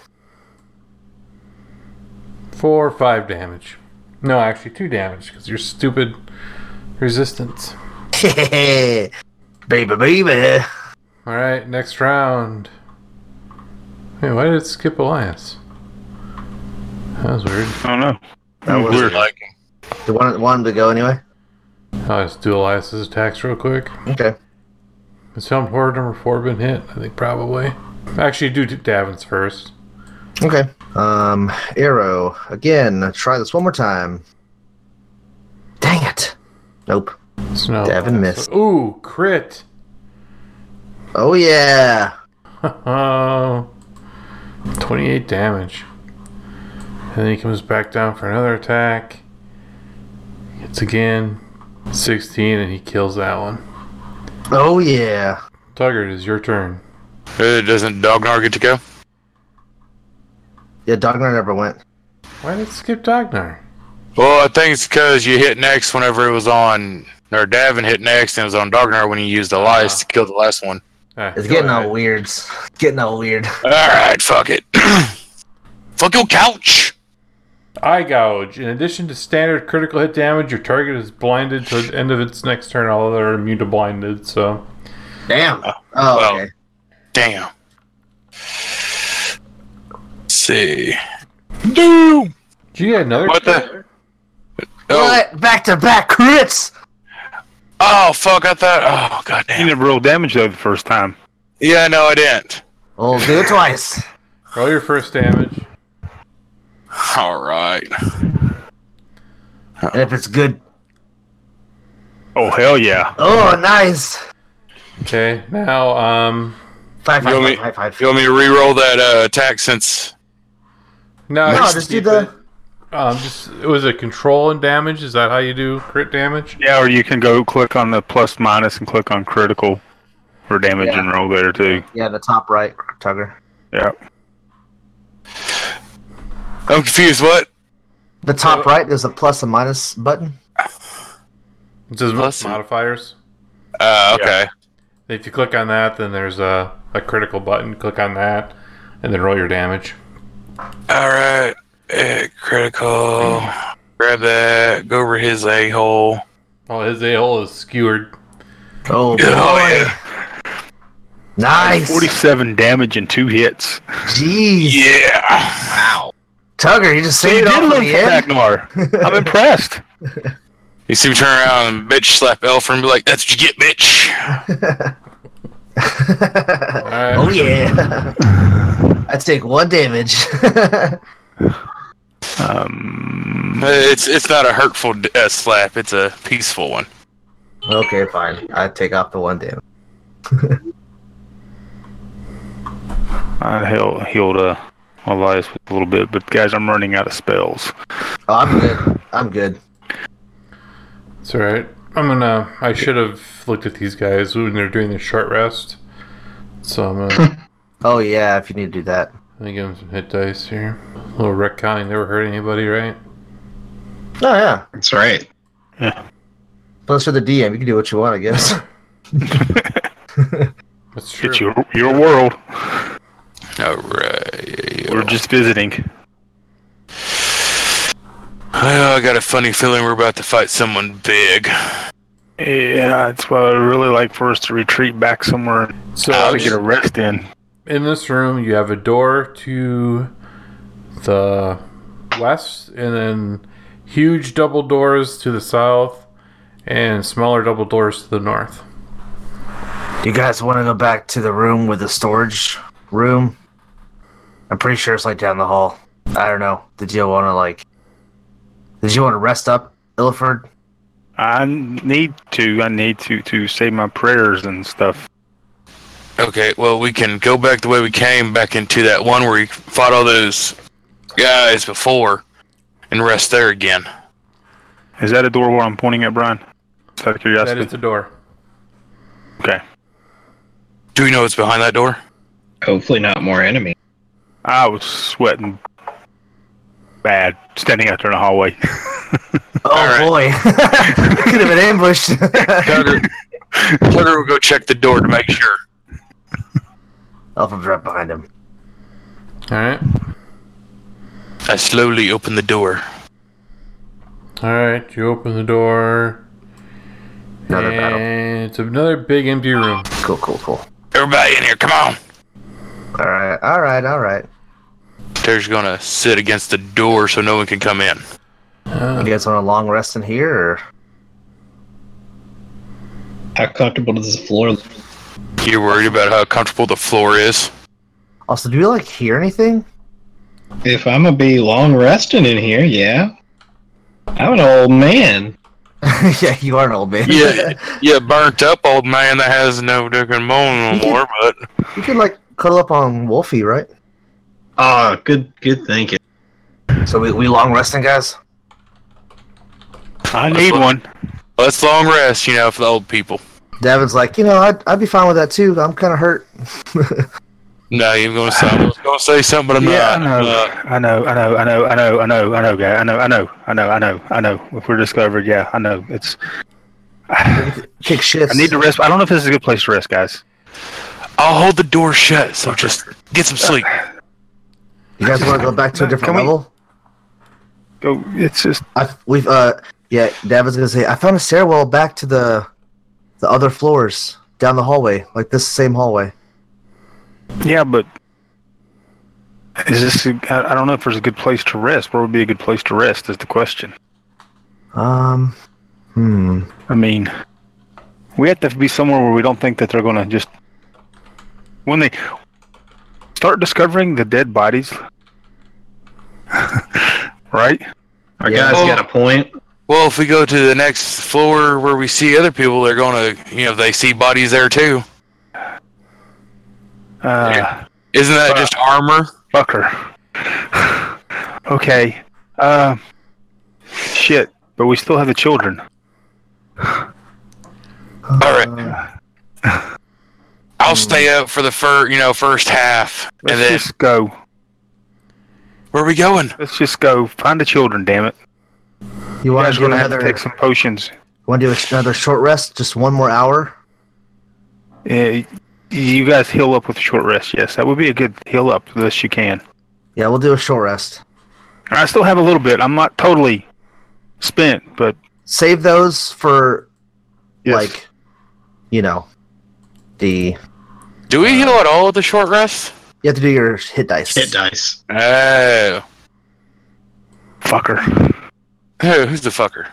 Speaker 3: Four, five damage. No, actually, two damage because you're stupid resistance.
Speaker 7: baby, baby.
Speaker 3: All right, next round. Hey, why did it skip Elias? That was weird.
Speaker 9: I don't know.
Speaker 7: That was
Speaker 4: Weird. Like him.
Speaker 7: You want, want him to go anyway?
Speaker 3: I'll just do Elias's attacks real quick.
Speaker 7: Okay.
Speaker 3: Has Helm Horde number four been hit? I think probably. Actually, do Davin's first.
Speaker 7: Okay. Um, arrow again. Try this one more time. Dang it. Nope.
Speaker 3: It's
Speaker 4: Oh,
Speaker 3: no.
Speaker 7: Devin missed.
Speaker 3: Ooh, crit.
Speaker 7: Oh yeah.
Speaker 3: Oh. 28 damage. And then he comes back down for another attack. Hits again. 16 and he kills that one.
Speaker 7: Oh yeah.
Speaker 3: Tugger, it is your turn.
Speaker 4: Uh, doesn't Dognar get to go?
Speaker 7: Yeah, Dognar never went.
Speaker 3: Why did it skip Dognar?
Speaker 4: Well, I think it's because you hit next whenever it was on, or Davin hit next and it was on Dognar when you used the lice to kill the last one.
Speaker 3: Ah,
Speaker 7: It's getting all weird. It's getting all weird.
Speaker 4: All right, fuck it. fuck your couch.
Speaker 3: Eye gouge. In addition to standard critical hit damage, your target is blinded to the end of its next turn, although they're immune to blinded, so.
Speaker 7: Damn. Oh,
Speaker 4: well,
Speaker 7: okay.
Speaker 4: Damn. see. Doom.
Speaker 3: Did you get another?
Speaker 4: What the?
Speaker 7: What? Back to back crits.
Speaker 4: Oh fuck! I thought. Oh god
Speaker 9: You never rolled damage though the first time.
Speaker 4: Yeah, no, I didn't.
Speaker 7: Well, do it twice.
Speaker 3: Roll your first damage.
Speaker 4: All right.
Speaker 7: And if it's good.
Speaker 9: Oh hell yeah!
Speaker 7: Oh, nice.
Speaker 3: Okay, now, um.
Speaker 7: Five,
Speaker 4: You
Speaker 7: five,
Speaker 4: want me?
Speaker 7: five, five, five.
Speaker 4: You want me to re-roll that uh, attack since?
Speaker 3: No,
Speaker 7: No,
Speaker 3: just
Speaker 7: just do
Speaker 3: keep
Speaker 7: the.
Speaker 3: it. Um, just, it was a control and damage. Is that how you do crit damage?
Speaker 9: Yeah, or you can go click on the plus minus and click on critical for damage
Speaker 7: Yeah.
Speaker 9: and roll there too.
Speaker 7: Yeah, the top right, Tugger.
Speaker 9: Yeah.
Speaker 4: I'm confused. What?
Speaker 7: The top right, there's a plus and minus button.
Speaker 3: It says
Speaker 4: Plus-
Speaker 3: modifiers.
Speaker 4: Uh, okay.
Speaker 3: If you click on that, then there's a, a critical button. Click on that, and then roll your damage.
Speaker 4: All right. Eh, critical. Grab that. Go over his a hole.
Speaker 3: Oh, his a hole is skewered.
Speaker 7: Oh,
Speaker 4: Oh yeah.
Speaker 7: nice.
Speaker 9: Forty-seven damage in two hits.
Speaker 7: Jeez.
Speaker 4: Yeah.
Speaker 2: Wow.
Speaker 7: Tugger, you just
Speaker 9: So you
Speaker 7: saved
Speaker 9: did
Speaker 7: off of
Speaker 9: lose
Speaker 7: the
Speaker 9: to
Speaker 7: end.
Speaker 9: Ragnar. I'm impressed.
Speaker 4: You see me turn around and bitch slap Elfer and be like, "That's what you get, bitch."
Speaker 3: All right.
Speaker 7: oh yeah. I take one damage.
Speaker 9: Um,
Speaker 4: It's it's not a hurtful uh, slap. It's a peaceful one.
Speaker 7: okay, fine. I take off the one damage.
Speaker 9: I heal, healed uh, Elias a little bit, but guys, I'm running out of spells.
Speaker 7: Oh, I'm good. I'm good.
Speaker 3: It's all right. I'm gonna. I should have looked at these guys when they're doing their short rest. So I'm gonna,
Speaker 7: Oh yeah, if you need to do that.
Speaker 3: I'm gonna give them some hit dice here. Little Rick County never hurt anybody, right?
Speaker 7: Oh yeah.
Speaker 2: That's right.
Speaker 7: Plus for the DM, you can do what you want, I guess.
Speaker 3: That's true.
Speaker 9: It's your your world.
Speaker 4: All right.
Speaker 9: We're just visiting.
Speaker 4: Oh, I got a funny feeling we're about to fight someone big.
Speaker 9: Yeah, that's why I really like for us to retreat back somewhere
Speaker 3: So
Speaker 9: to get a rest in.
Speaker 3: in this room, you have a door to the west, and then huge double doors to the south, and smaller double doors to the north.
Speaker 7: you guys want to go back to the room with the storage room? I'm pretty sure it's like down the hall. I don't know. Did you want to like? Did you want to rest up, Illiford?
Speaker 9: I need to. I need to to say my prayers and stuff.
Speaker 4: Okay, well, we can go back the way we came, back into that one where we fought all those guys before, and rest there again.
Speaker 9: Is that a door where I'm pointing at, Brian? Just out of
Speaker 3: That
Speaker 9: curiosity.
Speaker 3: is the door.
Speaker 9: okay.
Speaker 4: Do we know what's behind that door?
Speaker 2: Hopefully not more enemy.
Speaker 9: I was sweating bad standing out there in the hallway.
Speaker 7: Oh boy, could have been ambushed.
Speaker 4: Tugger, Tugger will go check the door to make sure.
Speaker 7: Elfham's right behind him.
Speaker 3: All right.
Speaker 4: I slowly open the door.
Speaker 3: All right. You open the door.
Speaker 7: Another
Speaker 3: and
Speaker 7: battle.
Speaker 3: It's another big empty room.
Speaker 7: Cool, cool, cool.
Speaker 4: Everybody in here, come on!
Speaker 7: All right, all right, all right.
Speaker 4: Tugger's gonna sit against the door so no one can come in.
Speaker 7: You guys want a long rest in here? Or...
Speaker 6: How comfortable does the floor look?
Speaker 4: You're worried about how comfortable the floor is?
Speaker 7: Also, do you like hear anything?
Speaker 6: If I'm gonna be long resting in here, yeah. I'm an old man.
Speaker 7: yeah, you are an old man.
Speaker 4: yeah, yeah, burnt up old man that has no dick and bone no more. But
Speaker 7: You could like cuddle up on Wolfie, right?
Speaker 2: Ah, good, good thinking.
Speaker 7: So we, we long resting, guys.
Speaker 9: I need one.
Speaker 4: Let's long rest, you know, for the old people.
Speaker 7: Davin's like, you know, I'd, I'd be fine with that too. I'm kind of hurt.
Speaker 4: No, you're gonna say I was gonna say something, but I'm
Speaker 9: yeah,
Speaker 4: not. Uh,
Speaker 9: I know, I know, I know, I know, I know, I know, I know, guy, I know, I know, I know, I know, I know. If we're discovered, yeah, I know. It's
Speaker 7: kick shit.
Speaker 9: I need to rest. I don't know if this is a good place to rest, guys.
Speaker 4: I'll hold the door shut, so just get some sleep.
Speaker 7: You guys want to go back to a different level?
Speaker 9: Go. Oh, It's just
Speaker 7: I, we've uh yeah. Davin's gonna say I found a stairwell back to the the other floors down the hallway, like this same hallway.
Speaker 9: Yeah, but is this? A, I I don't know if there's a good place to rest. Where would be a good place to rest? Is the question.
Speaker 7: Um, hmm.
Speaker 9: I mean, we have to be somewhere where we don't think that they're going to just when they start discovering the dead bodies, right?
Speaker 2: Our guy's got a point.
Speaker 4: Well, if we go to the next floor where we see other people, they're gonna, you know, they see bodies there too.
Speaker 9: Uh,
Speaker 4: Isn't that just armor?
Speaker 9: Fucker. Okay. Uh, shit. But we still have the children.
Speaker 4: All right.
Speaker 9: uh,
Speaker 4: I'll stay up for the fir- you know, first half,
Speaker 9: Let's
Speaker 4: and then
Speaker 9: just go.
Speaker 4: Where are we going?
Speaker 9: Let's just go find the children. Damn it!
Speaker 7: You
Speaker 9: You
Speaker 7: want
Speaker 9: guys
Speaker 7: to
Speaker 9: are
Speaker 7: do
Speaker 9: gonna have to
Speaker 7: another?
Speaker 9: take some potions.
Speaker 7: Want to do another short rest? Just one more hour?
Speaker 9: Yeah, you guys heal up with a short rest. Yes, that would be a good heal up, unless you can.
Speaker 7: Yeah, we'll do a short rest.
Speaker 9: I still have a little bit. I'm not totally spent, but
Speaker 7: Save those for like, you know, the
Speaker 4: Do we heal at all with the short rest?
Speaker 7: you have to do your hit dice.
Speaker 2: Hit dice.
Speaker 9: Uh,
Speaker 4: Oh,
Speaker 9: fucker.
Speaker 4: Who- who's the fucker?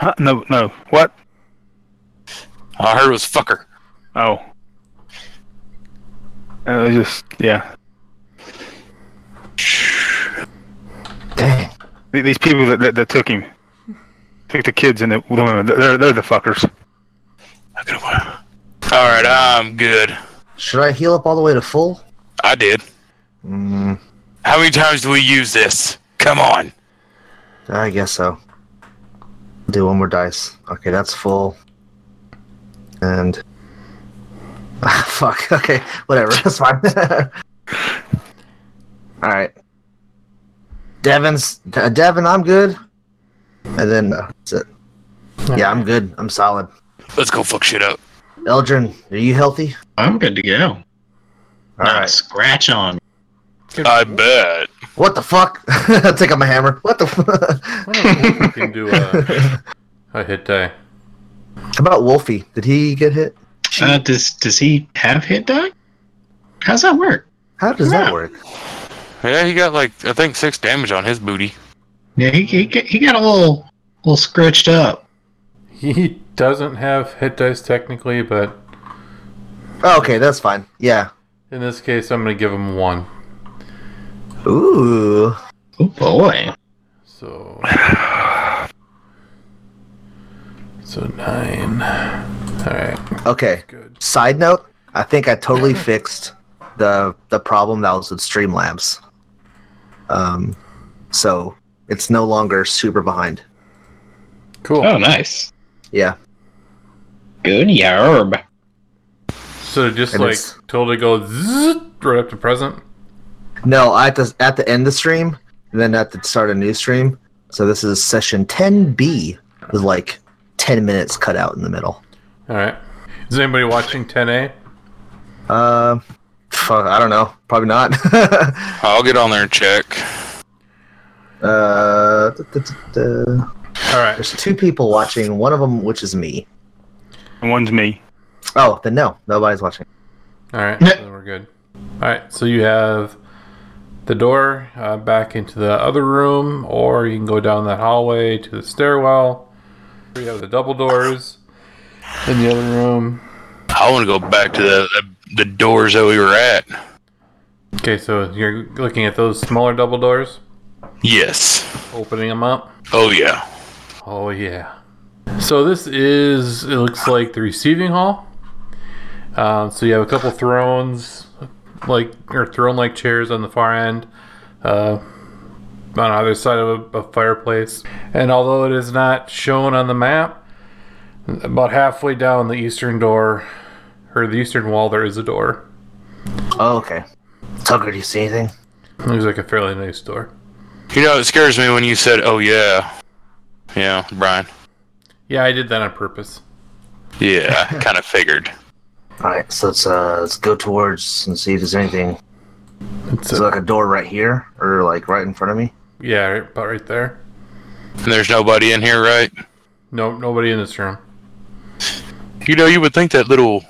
Speaker 9: Huh? No, no. What?
Speaker 4: I heard it was fucker.
Speaker 9: Oh. Uh, just yeah.
Speaker 7: Dang.
Speaker 9: Th- These people that, that, that took him, took the kids and the women. They're they're the fuckers.
Speaker 4: All right, I'm good.
Speaker 7: Should I heal up all the way to full?
Speaker 4: I did.
Speaker 7: Mm,
Speaker 4: How many times do we use this? Come on.
Speaker 7: I guess so. Do one more dice. Okay, that's full. And Ah, fuck. Okay, whatever. That's fine. all right. Devin's De- Devin. I'm good. And then uh, that's it. Yeah, I'm good. I'm solid.
Speaker 4: Let's go fuck shit up.
Speaker 7: Eldrin, are you healthy?
Speaker 2: I'm good to go.
Speaker 7: All
Speaker 2: Not a
Speaker 7: right.
Speaker 2: scratch on.
Speaker 4: I bet.
Speaker 7: What the fuck? Take out my hammer. What the? Fuck?
Speaker 3: We can do a, a hit die.
Speaker 7: How about Wolfie? Did he get hit?
Speaker 2: Uh, does does he have hit die? How's that work?
Speaker 7: How does
Speaker 2: Yeah.
Speaker 7: that work?
Speaker 4: Yeah, he got like I think six damage on his booty.
Speaker 2: Yeah, he he, got- he got a little little scratched up.
Speaker 3: He doesn't have hit dice technically, but
Speaker 7: Oh, okay, that's fine. Yeah.
Speaker 3: in this case, I'm going to give him one.
Speaker 7: Ooh.
Speaker 2: Oh boy.
Speaker 3: So. So nine. Alright.
Speaker 7: Okay. Side note: I think I totally fixed the the problem that was with Streamlabs. Um, so it's no longer super behind.
Speaker 3: Cool.
Speaker 2: Oh, nice.
Speaker 7: Yeah.
Speaker 2: Good yarb.
Speaker 3: So just
Speaker 7: And
Speaker 3: like
Speaker 7: it's-
Speaker 3: totally go zzz, right up to present.
Speaker 7: No, I at the at the end of the stream, and then at the start a new stream. So this is session 10B with like 10 minutes cut out in the middle.
Speaker 3: Alright. Is anybody watching 10A?
Speaker 7: Uh, fuck, I don't know. Probably not.
Speaker 4: I'll get on there and check.
Speaker 7: uh, duh, duh, duh, duh.
Speaker 3: Alright.
Speaker 7: there's two people watching. One of them, which is me.
Speaker 9: And one's me.
Speaker 7: Oh, then no, nobody's watching.
Speaker 3: Alright. so we're good. Alright. So you have the door uh, back into the other room, or you can go down that hallway to the stairwell. We have the double doors in the other room.
Speaker 4: I want to go back to the the doors that we were at.
Speaker 3: Okay, so you're looking at those smaller double doors,
Speaker 4: Yes.
Speaker 3: opening them up.
Speaker 4: Oh yeah.
Speaker 3: Oh, yeah. So this is it looks like the receiving hall. Um, so you have a couple thrones, like or throne-like chairs on the far end, uh, on either side of a, a fireplace. And although it is not shown on the map, about halfway down the eastern door, or the eastern wall, there is a door.
Speaker 7: Oh, okay. Tucker, do you see anything?
Speaker 3: Looks like a fairly nice door.
Speaker 4: You know, it scares me when you said, "Oh yeah, yeah, Brian."
Speaker 3: Yeah, I did that on purpose.
Speaker 4: Yeah, I kind of figured.
Speaker 7: All right, so let's uh, let's go towards and see if there's anything. It's is there like a door right here, or like right in front of me?
Speaker 3: Yeah, right- about right there.
Speaker 4: And there's nobody in here, right?
Speaker 3: Nope, nobody in this room.
Speaker 4: You know, you would think that little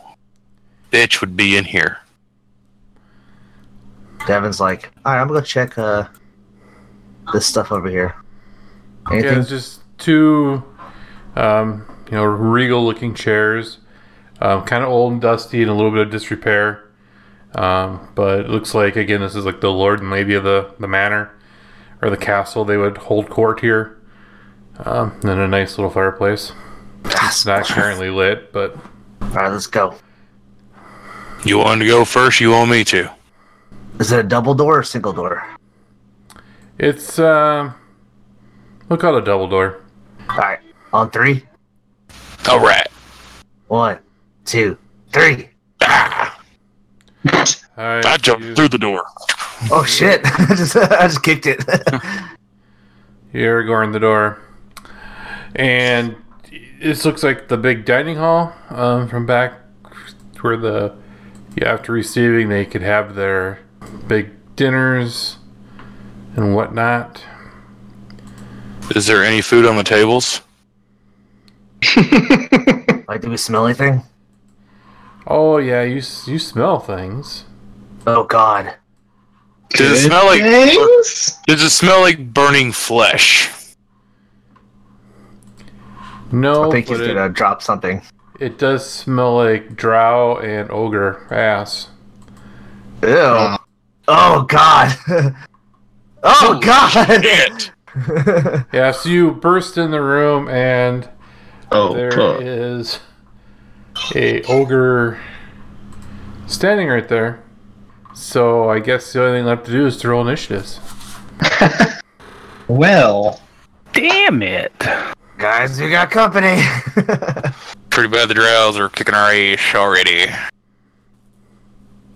Speaker 4: bitch would be in here.
Speaker 7: Devin's like, all right, I'm gonna go check uh this stuff over here.
Speaker 3: Yeah,
Speaker 7: Anything?
Speaker 3: it's just two, um, you know, regal-looking chairs, um, kind of old and dusty and a little bit of disrepair. Um, but it looks like again, this is like the lord and lady of the the manor or the castle. They would hold court here. Um, and a nice little fireplace. It's not currently lit, but
Speaker 7: all right, let's go.
Speaker 4: You want to go first? You want me to?
Speaker 7: Is it a double door or single door?
Speaker 3: it's uh, we'll call it a double door.
Speaker 7: All right, on three.
Speaker 4: All right.
Speaker 7: One, two, three.
Speaker 3: All right.
Speaker 4: I jumped through the door.
Speaker 7: Oh shit! I just I just kicked it.
Speaker 3: You're going the door. And this looks like the big dining hall um, from back where the, yeah, after receiving, they could have their big dinners and whatnot.
Speaker 4: Is there any food on the tables?
Speaker 7: like, do we smell anything?
Speaker 3: Oh, yeah, you, s- you smell things.
Speaker 7: Oh God!
Speaker 4: Does it smell like? Does it smell like burning flesh?
Speaker 3: No,
Speaker 7: I think he's
Speaker 3: but it,
Speaker 7: gonna drop something.
Speaker 3: it does smell like drow and ogre ass.
Speaker 7: Ew! oh God! oh God!
Speaker 3: Yeah, so you burst in the room and
Speaker 2: Oh,
Speaker 3: there is
Speaker 2: fuck.
Speaker 3: a ogre standing right there. So I guess the only thing left to do is to roll initiatives.
Speaker 2: Well,
Speaker 9: Damn it!
Speaker 7: Guys, we got company.
Speaker 4: Pretty bad. The drows are kicking our ass already.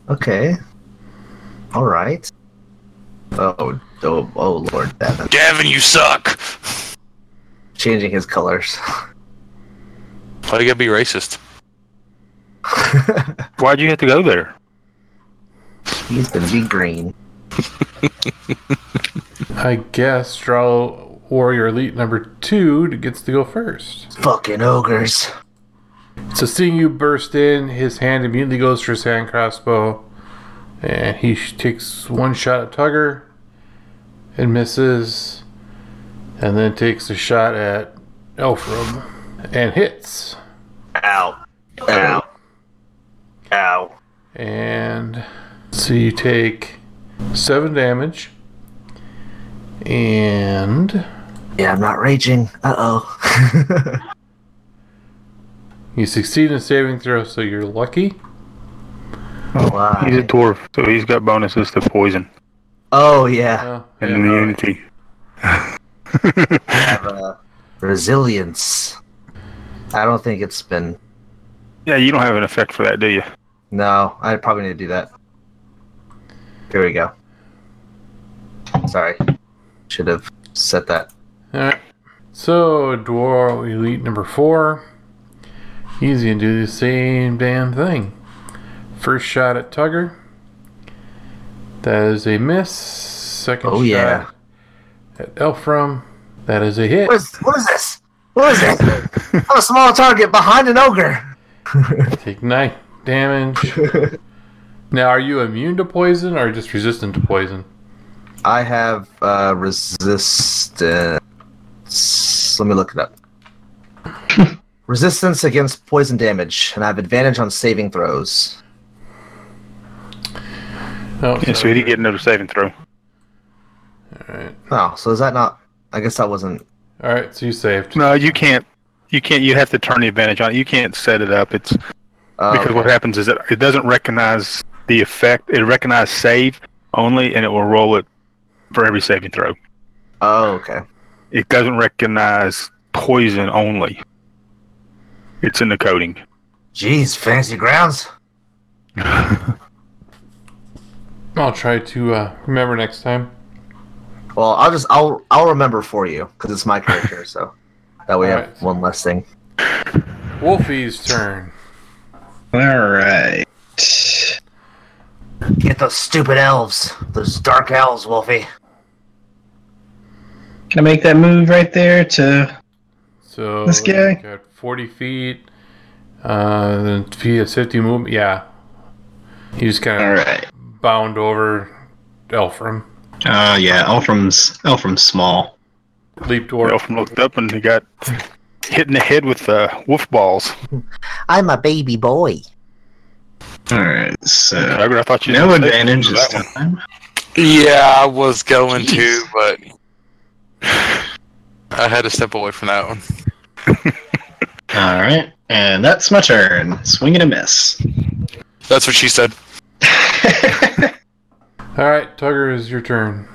Speaker 7: okay. All right. Oh, oh, oh, Lord, Devin.
Speaker 4: Devin, you suck.
Speaker 7: Changing his colors.
Speaker 4: Why do you gotta be racist?
Speaker 9: Why'd you have to go there?
Speaker 7: He's gonna be green.
Speaker 3: I guess Drow Warrior Elite number two gets to go first.
Speaker 7: Fucking ogres.
Speaker 3: So seeing you burst in, his hand immediately goes for his hand crossbow, and he sh- takes one shot at Tugger and misses, and then takes a shot at Elfram and hits.
Speaker 7: Ow. Ow. Ow.
Speaker 3: And so you take seven damage. And
Speaker 7: Yeah, I'm not raging. Uh oh.
Speaker 3: you succeed in saving throw, so you're lucky.
Speaker 9: He's a dwarf, so he's got bonuses to poison
Speaker 7: oh yeah.
Speaker 3: Uh,
Speaker 9: and immunity.
Speaker 7: Have, uh, resilience. I don't think it's been.
Speaker 9: Yeah, you don't have an effect for that, do you?
Speaker 7: No, I probably need to do that. Here we go. Sorry, should have set that.
Speaker 3: Alright. So, Dwarf Elite number four. He's going to do the same damn thing. First shot at Tugger. That is a miss. Second
Speaker 7: Oh,
Speaker 3: shot
Speaker 7: yeah.
Speaker 3: at Elfram. That is a hit.
Speaker 7: What is, what is this? What is this? I'm a small target behind an ogre.
Speaker 3: Take nine damage. now, are you immune to poison or just resistant to poison?
Speaker 7: I have uh, resistance. Let me look it up. resistance against poison damage, and I have advantage on saving throws.
Speaker 3: Oh,
Speaker 9: Yeah, so he didn't get another saving throw.
Speaker 3: all right.
Speaker 7: Oh, so is that not? I guess that wasn't.
Speaker 3: All right, so you saved.
Speaker 9: No, you can't You can't. You have to turn the advantage on. it. You can't set it up. It's
Speaker 7: oh,
Speaker 9: because what happens is it, it doesn't recognize the effect. It recognizes save only, and it will roll it for every saving throw.
Speaker 7: Oh, okay.
Speaker 9: It doesn't recognize poison only. It's in the coding.
Speaker 7: Jeez, fancy grounds.
Speaker 3: I'll try to uh, remember next time.
Speaker 7: Well, I'll just I'll I'll remember for you because it's my character, so that we have one less thing.
Speaker 3: Wolfie's turn.
Speaker 2: All right.
Speaker 7: Get those stupid elves, those dark elves, Wolfie.
Speaker 2: Can I make that move right there to
Speaker 3: So
Speaker 2: This guy?
Speaker 3: got forty feet. Uh, then feet is fifty movement. Yeah, he just kind of bound over Elfram.
Speaker 2: Oh yeah, Elfram's Elfram's small.
Speaker 3: Leaped over.
Speaker 9: Elfram looked up and he got hit in the head with uh, wolf balls.
Speaker 7: I'm a baby boy.
Speaker 2: All right, so
Speaker 9: I thought you
Speaker 2: no
Speaker 9: said that
Speaker 2: advantage
Speaker 9: one.
Speaker 2: this time.
Speaker 4: Yeah, I was going to, but I had to step away from that one.
Speaker 2: All right, and that's my turn. Swing and a miss.
Speaker 4: That's what she said.
Speaker 3: All right, Tugger, is your turn.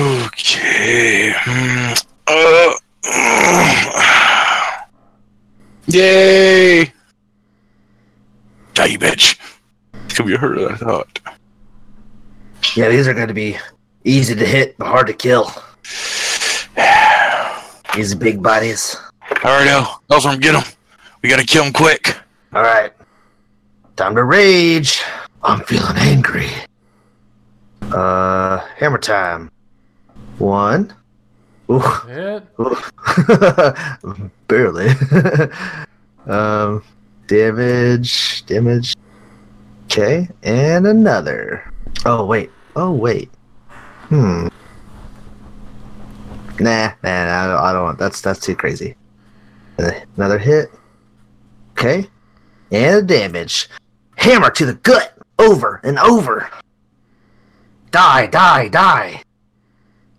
Speaker 4: Okay. mm, Uh, yay! Die, you bitch. It's gonna be harder than I thought.
Speaker 7: Yeah, these are going to be easy to hit but hard to kill. These big bodies.
Speaker 4: I already know. Elfram, get him. We gotta kill him quick.
Speaker 7: All right, time to rage. I'm feeling angry. Uh, hammer time. One. Ooh.
Speaker 3: Hit.
Speaker 7: Barely. um, damage, damage. Okay, and another. Oh wait. Oh wait. Hmm. Nah, nah, nah I, don't, I don't want. That's that's too crazy. Uh, Another hit. Okay, and a damage. Hammer to the gut. Over and over. Die, die, die.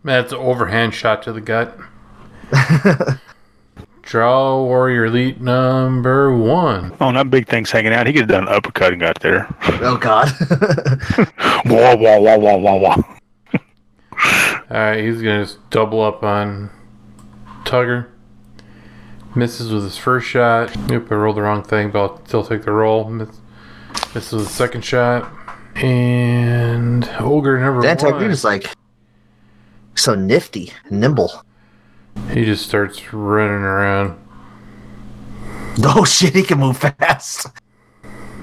Speaker 3: Man, That's an overhand shot to the gut. Draw warrior elite number one.
Speaker 9: Oh, and that big thing's hanging out. He could have done an uppercut and got there.
Speaker 7: Oh God.
Speaker 9: Wah wah wah wah wah wah.
Speaker 3: Alright, he's gonna just double up on Tugger. Misses with his first shot. Nope, I rolled the wrong thing, but I'll still take the roll. Miss, misses with the second shot. And ogre number
Speaker 7: That
Speaker 3: one.
Speaker 7: Tugger is like so nifty, nimble.
Speaker 3: He just starts running around.
Speaker 7: Oh shit, he can move fast.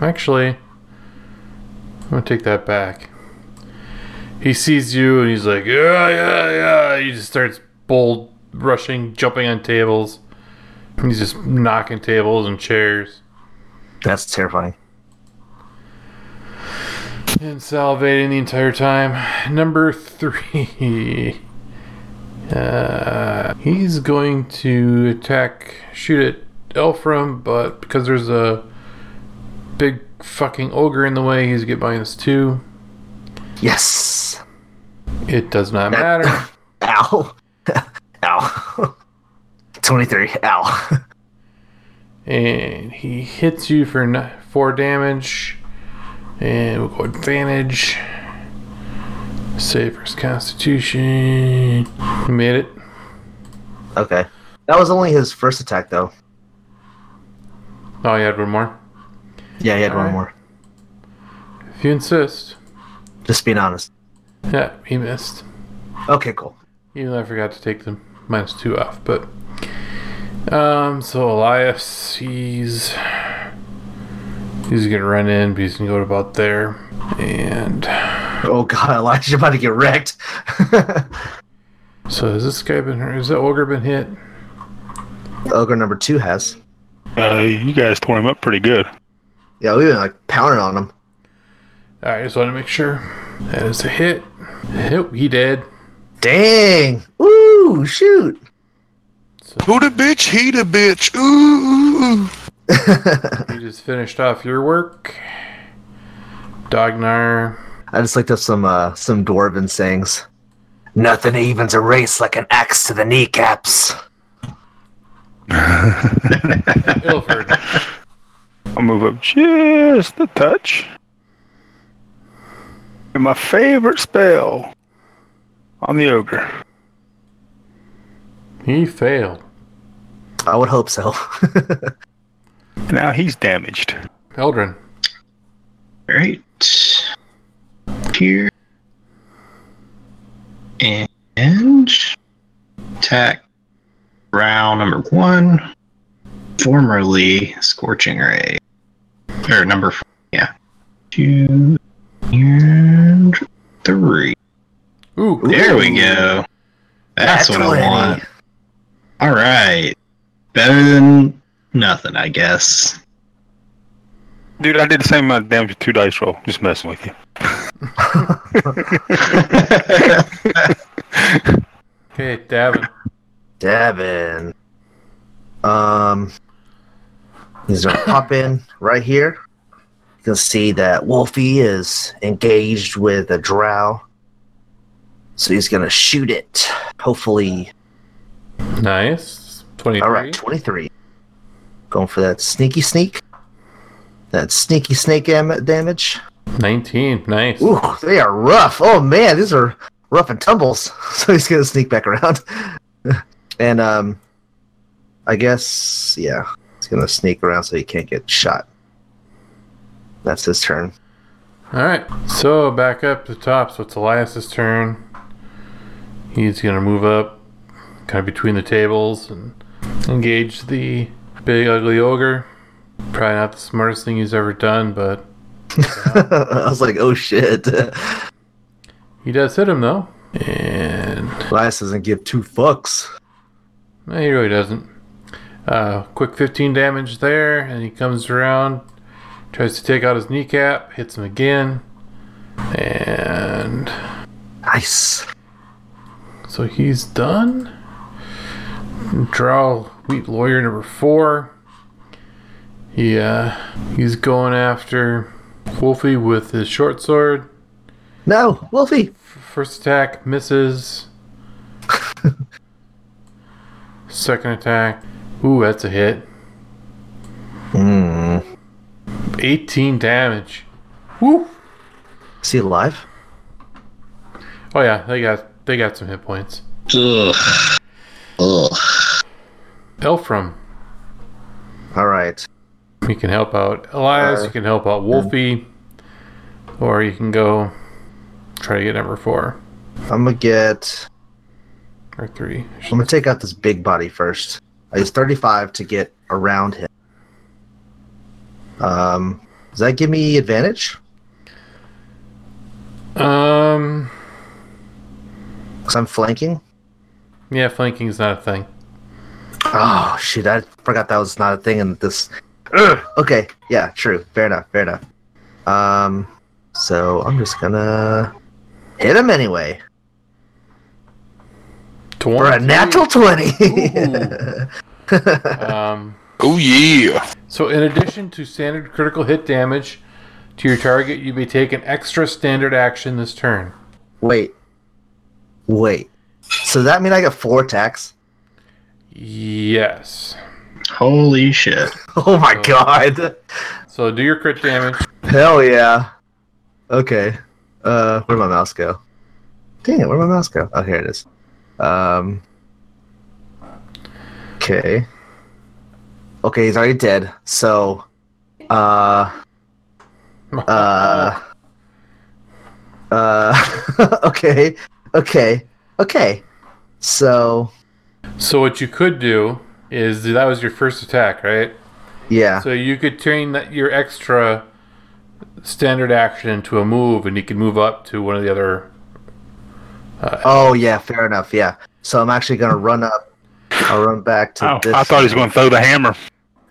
Speaker 3: Actually, I'm gonna take that back. He sees you and he's like, yeah, yeah, yeah. He just starts bold rushing, jumping on tables. He's just knocking tables and chairs
Speaker 7: That's terrifying.
Speaker 3: and salivating the entire time. Number three. Uh, he's going to attack, shoot at Elfram, but because there's a big fucking ogre in the way, he's get minus two.
Speaker 7: Yes.
Speaker 3: It does not matter.
Speaker 7: Ow. Ow. 23. Ow.
Speaker 3: and he hits you for n- four damage, and we'll go advantage. Save versus Constitution. He made it.
Speaker 7: Okay. That was only his first attack, though.
Speaker 3: Oh, you had one more.
Speaker 7: Yeah, he had one
Speaker 3: Alright.
Speaker 7: more.
Speaker 3: If you insist.
Speaker 7: Just being honest.
Speaker 3: Yeah, he missed.
Speaker 7: Okay, cool.
Speaker 3: Even though I forgot to take the minus two off, but um, so Elias he's he's gonna run in, but he's gonna go about there, and
Speaker 7: Oh, God. Elijah's about to get wrecked.
Speaker 3: so has this guy been? Has that ogre been hit?
Speaker 7: Ogre number two has.
Speaker 9: Uh, you guys tore him up pretty good.
Speaker 7: Yeah, we've been like pounding on him.
Speaker 3: All right, I just want to make sure that is a hit. Nope, he dead.
Speaker 7: Dang. Ooh, shoot.
Speaker 4: Who the bitch? He the bitch. Ooh, ooh, ooh.
Speaker 3: You just finished off your work, Dognar.
Speaker 7: I just looked up some uh, some dwarven sayings. Nothing evens a race like an axe to the kneecaps.
Speaker 3: Ilford.
Speaker 9: I'll move up just a touch. And my favorite spell on the ogre.
Speaker 3: He failed.
Speaker 7: I would hope so.
Speaker 9: now he's damaged.
Speaker 3: Eldrin.
Speaker 2: Right. Here. And attack round number one. Formerly Scorching Ray. Or number four. Yeah. Two and three.
Speaker 3: Ooh,
Speaker 2: there we go. That's,
Speaker 7: That's
Speaker 2: what
Speaker 7: what I
Speaker 2: I want. All right. Better than nothing, I guess.
Speaker 9: Dude, I did the same amount of damage with two dice roll. Just messing with you.
Speaker 3: Okay, Davin.
Speaker 7: Devin. Um, he's gonna pop in right here. You can see that Wolfie is engaged with a drow. So he's gonna shoot it. Hopefully,
Speaker 3: Nice. 23.
Speaker 7: all right, twenty-three. Going for that sneaky sneak. That sneaky snake am- damage.
Speaker 3: 19. Nice.
Speaker 7: Ooh, they are rough. Oh man, these are rough and tumbles. So he's gonna sneak back around, and um, I guess yeah, he's gonna sneak around so he can't get shot. That's his turn.
Speaker 3: All right. So back up to top. So it's Elias's turn. He's gonna move up, kind of between the tables, and engage the big ugly ogre. Probably not the smartest thing he's ever done, but
Speaker 7: I was like, oh shit.
Speaker 3: he does hit him though, and
Speaker 7: Elias doesn't give two fucks.
Speaker 3: eh, he really doesn't. Uh, quick 15 damage there, and he comes around, tries to take out his kneecap, hits him again, and
Speaker 7: Nice.
Speaker 3: So he's done. Draw wheat lawyer number four. He uh, he's going after Wolfie with his short sword.
Speaker 7: No, Wolfie.
Speaker 3: First attack misses. Second attack. Ooh, that's a hit.
Speaker 7: Hmm.
Speaker 3: 18 damage. Woo!
Speaker 7: Is he alive?
Speaker 3: Oh yeah, they got they got some hit points.
Speaker 2: Ugh. Ugh.
Speaker 3: Elfram,
Speaker 7: All right.
Speaker 3: you can help out Elias. You can help out Wolfie, or you can go try to get number four.
Speaker 7: I'm gonna get.
Speaker 3: Or three.
Speaker 7: I'm gonna take out this big body first. I use 35 to get around him. Um, does that give me advantage?
Speaker 3: Um,
Speaker 7: Cause I'm flanking.
Speaker 3: yeah, flanking is not a thing.
Speaker 7: Oh shit! I forgot that was not a thing in this. Ugh, okay, yeah, true. Fair enough. Fair enough. Um, so I'm just gonna hit him anyway for a
Speaker 3: 20.
Speaker 7: natural twenty.
Speaker 3: um,
Speaker 4: Oh yeah.
Speaker 3: so in addition to standard critical hit damage to your target, you may take an extra standard action this turn.
Speaker 7: wait, wait. So that mean I got four attacks?
Speaker 3: Yes.
Speaker 2: Holy shit.
Speaker 7: Oh my god!
Speaker 3: So do your crit damage.
Speaker 7: Hell yeah! Okay. Uh, where'd my mouse go? Dang it! Where'd my mouse go? Oh, here it is. Um. Okay. Okay, he's already dead. So, uh, uh, uh. okay, okay, okay. So,
Speaker 3: So what you could do is that was your first attack, right?
Speaker 7: yeah.
Speaker 3: So you could turn that your extra standard action into a move, and you could move up to one of the other.
Speaker 7: Oh yeah, fair enough. Yeah. So I'm actually gonna run up. I'll run back to
Speaker 9: Oh,
Speaker 7: this.
Speaker 9: I thought he was going to throw the hammer.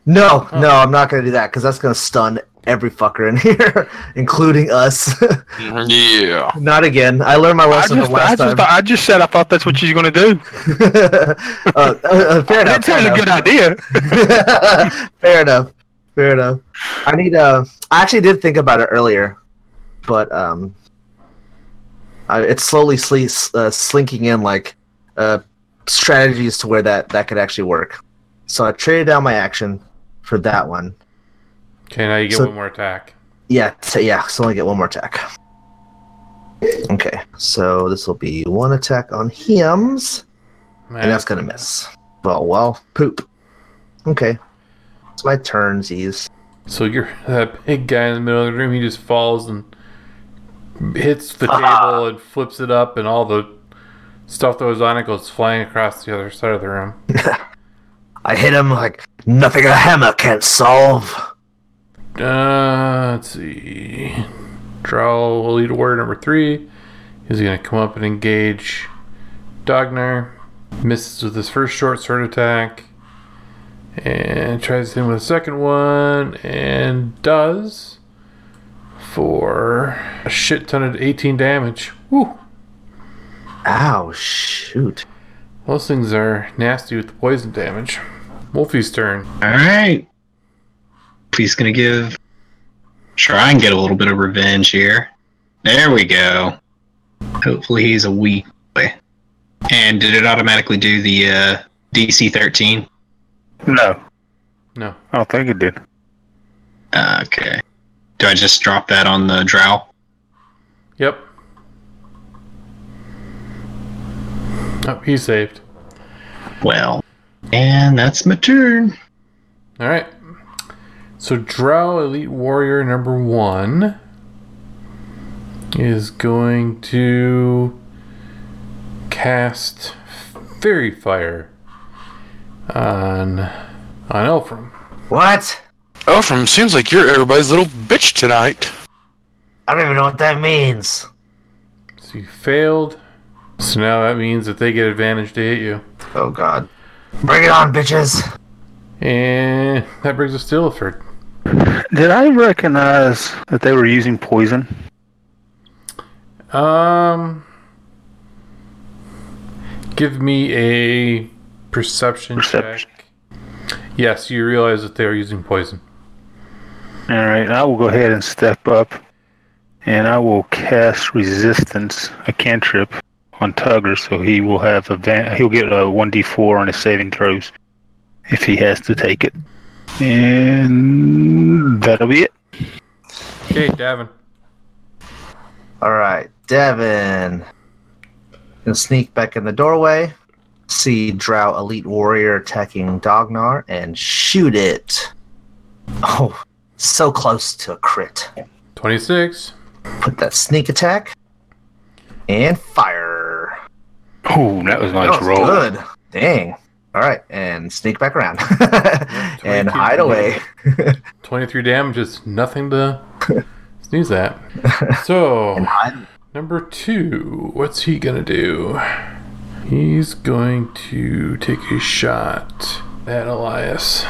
Speaker 7: No,
Speaker 9: Oh.
Speaker 7: no, I'm not gonna do that because that's gonna stun every fucker in here, including us.
Speaker 4: Yeah.
Speaker 7: not again. I learned my
Speaker 9: I
Speaker 7: lesson
Speaker 9: just,
Speaker 7: from
Speaker 9: I,
Speaker 7: last
Speaker 9: just,
Speaker 7: time.
Speaker 9: I just said I thought that's what you was going to do.
Speaker 7: uh, uh, uh, fair
Speaker 9: That
Speaker 7: enough. Fair
Speaker 9: sounded a
Speaker 7: enough.
Speaker 9: good idea.
Speaker 7: fair enough. Fair enough. I need. Uh, I actually did think about it earlier, but um, Uh, it's slowly sle- uh, slinking in like uh, strategies to where that that could actually work. So I traded down my action for that one.
Speaker 3: Okay, now you get
Speaker 7: So-
Speaker 3: one more attack.
Speaker 7: Yeah, t- yeah. So I only get one more attack. Okay, so this will be one attack on hims,
Speaker 3: Man.
Speaker 7: and that's gonna miss. Well, well, poop. Okay, it's my turnsies.
Speaker 3: So you're that big guy in the middle of the room. He just falls and hits
Speaker 7: Ah.
Speaker 3: the table and flips it up, and all the stuff that was on it goes flying across the other side of the room.
Speaker 7: I hit him like nothing a hammer can't solve.
Speaker 3: Uh, let's see. Draw will lead warrior number three. He's going to come up and engage Dogner. Misses with his first short sword attack. And tries him with a second one. And does. For a shit ton of 18 damage. Woo!
Speaker 7: Ow, shoot.
Speaker 3: Those things are nasty with the poison damage. Wolfie's turn.
Speaker 2: All right. He's going to give. Try and get a little bit of revenge here. There we go. Hopefully he's a weak boy. And did it automatically do the uh, DC 13?
Speaker 9: No.
Speaker 3: No.
Speaker 9: I don't think it did.
Speaker 2: Uh, okay. Do I just drop that on the drow?
Speaker 3: Yep. Oh, he saved.
Speaker 2: Well, and that's my turn.
Speaker 3: All right. So Drow Elite Warrior number one is going to cast Fairy Fire on on Elfram.
Speaker 7: What?
Speaker 4: Elfram Oh, seems like you're everybody's little bitch tonight.
Speaker 7: I don't even know what that means.
Speaker 3: So you failed. So now that means that they get advantage to hit you.
Speaker 7: Oh God! Bring it on, bitches!
Speaker 3: And that brings us to Illiford.
Speaker 9: Did I recognize that they were using poison?
Speaker 3: Um, give me a perception, check. Yes, you realize that they are using poison.
Speaker 9: All right, I will go ahead and step up, and I will cast resistance, a cantrip, on Tugger, so he will have a van- he'll get a one d four on his saving throws if he has to take it, and that'll be it.
Speaker 3: Okay, Davin.
Speaker 7: All right, Devin. Gonna sneak back in the doorway. See Drow Elite Warrior attacking Dognar and shoot it. Oh, so close to a crit.
Speaker 3: 26.
Speaker 7: Put that sneak attack and fire.
Speaker 9: Oh, that was a nice
Speaker 7: That was
Speaker 9: roll.
Speaker 7: Good. Dang. All right, and sneak back around and
Speaker 3: 22.
Speaker 7: hide away.
Speaker 3: 23 damage is nothing to sneeze at. So, number two, what's he gonna do? He's going to take a shot at Elias.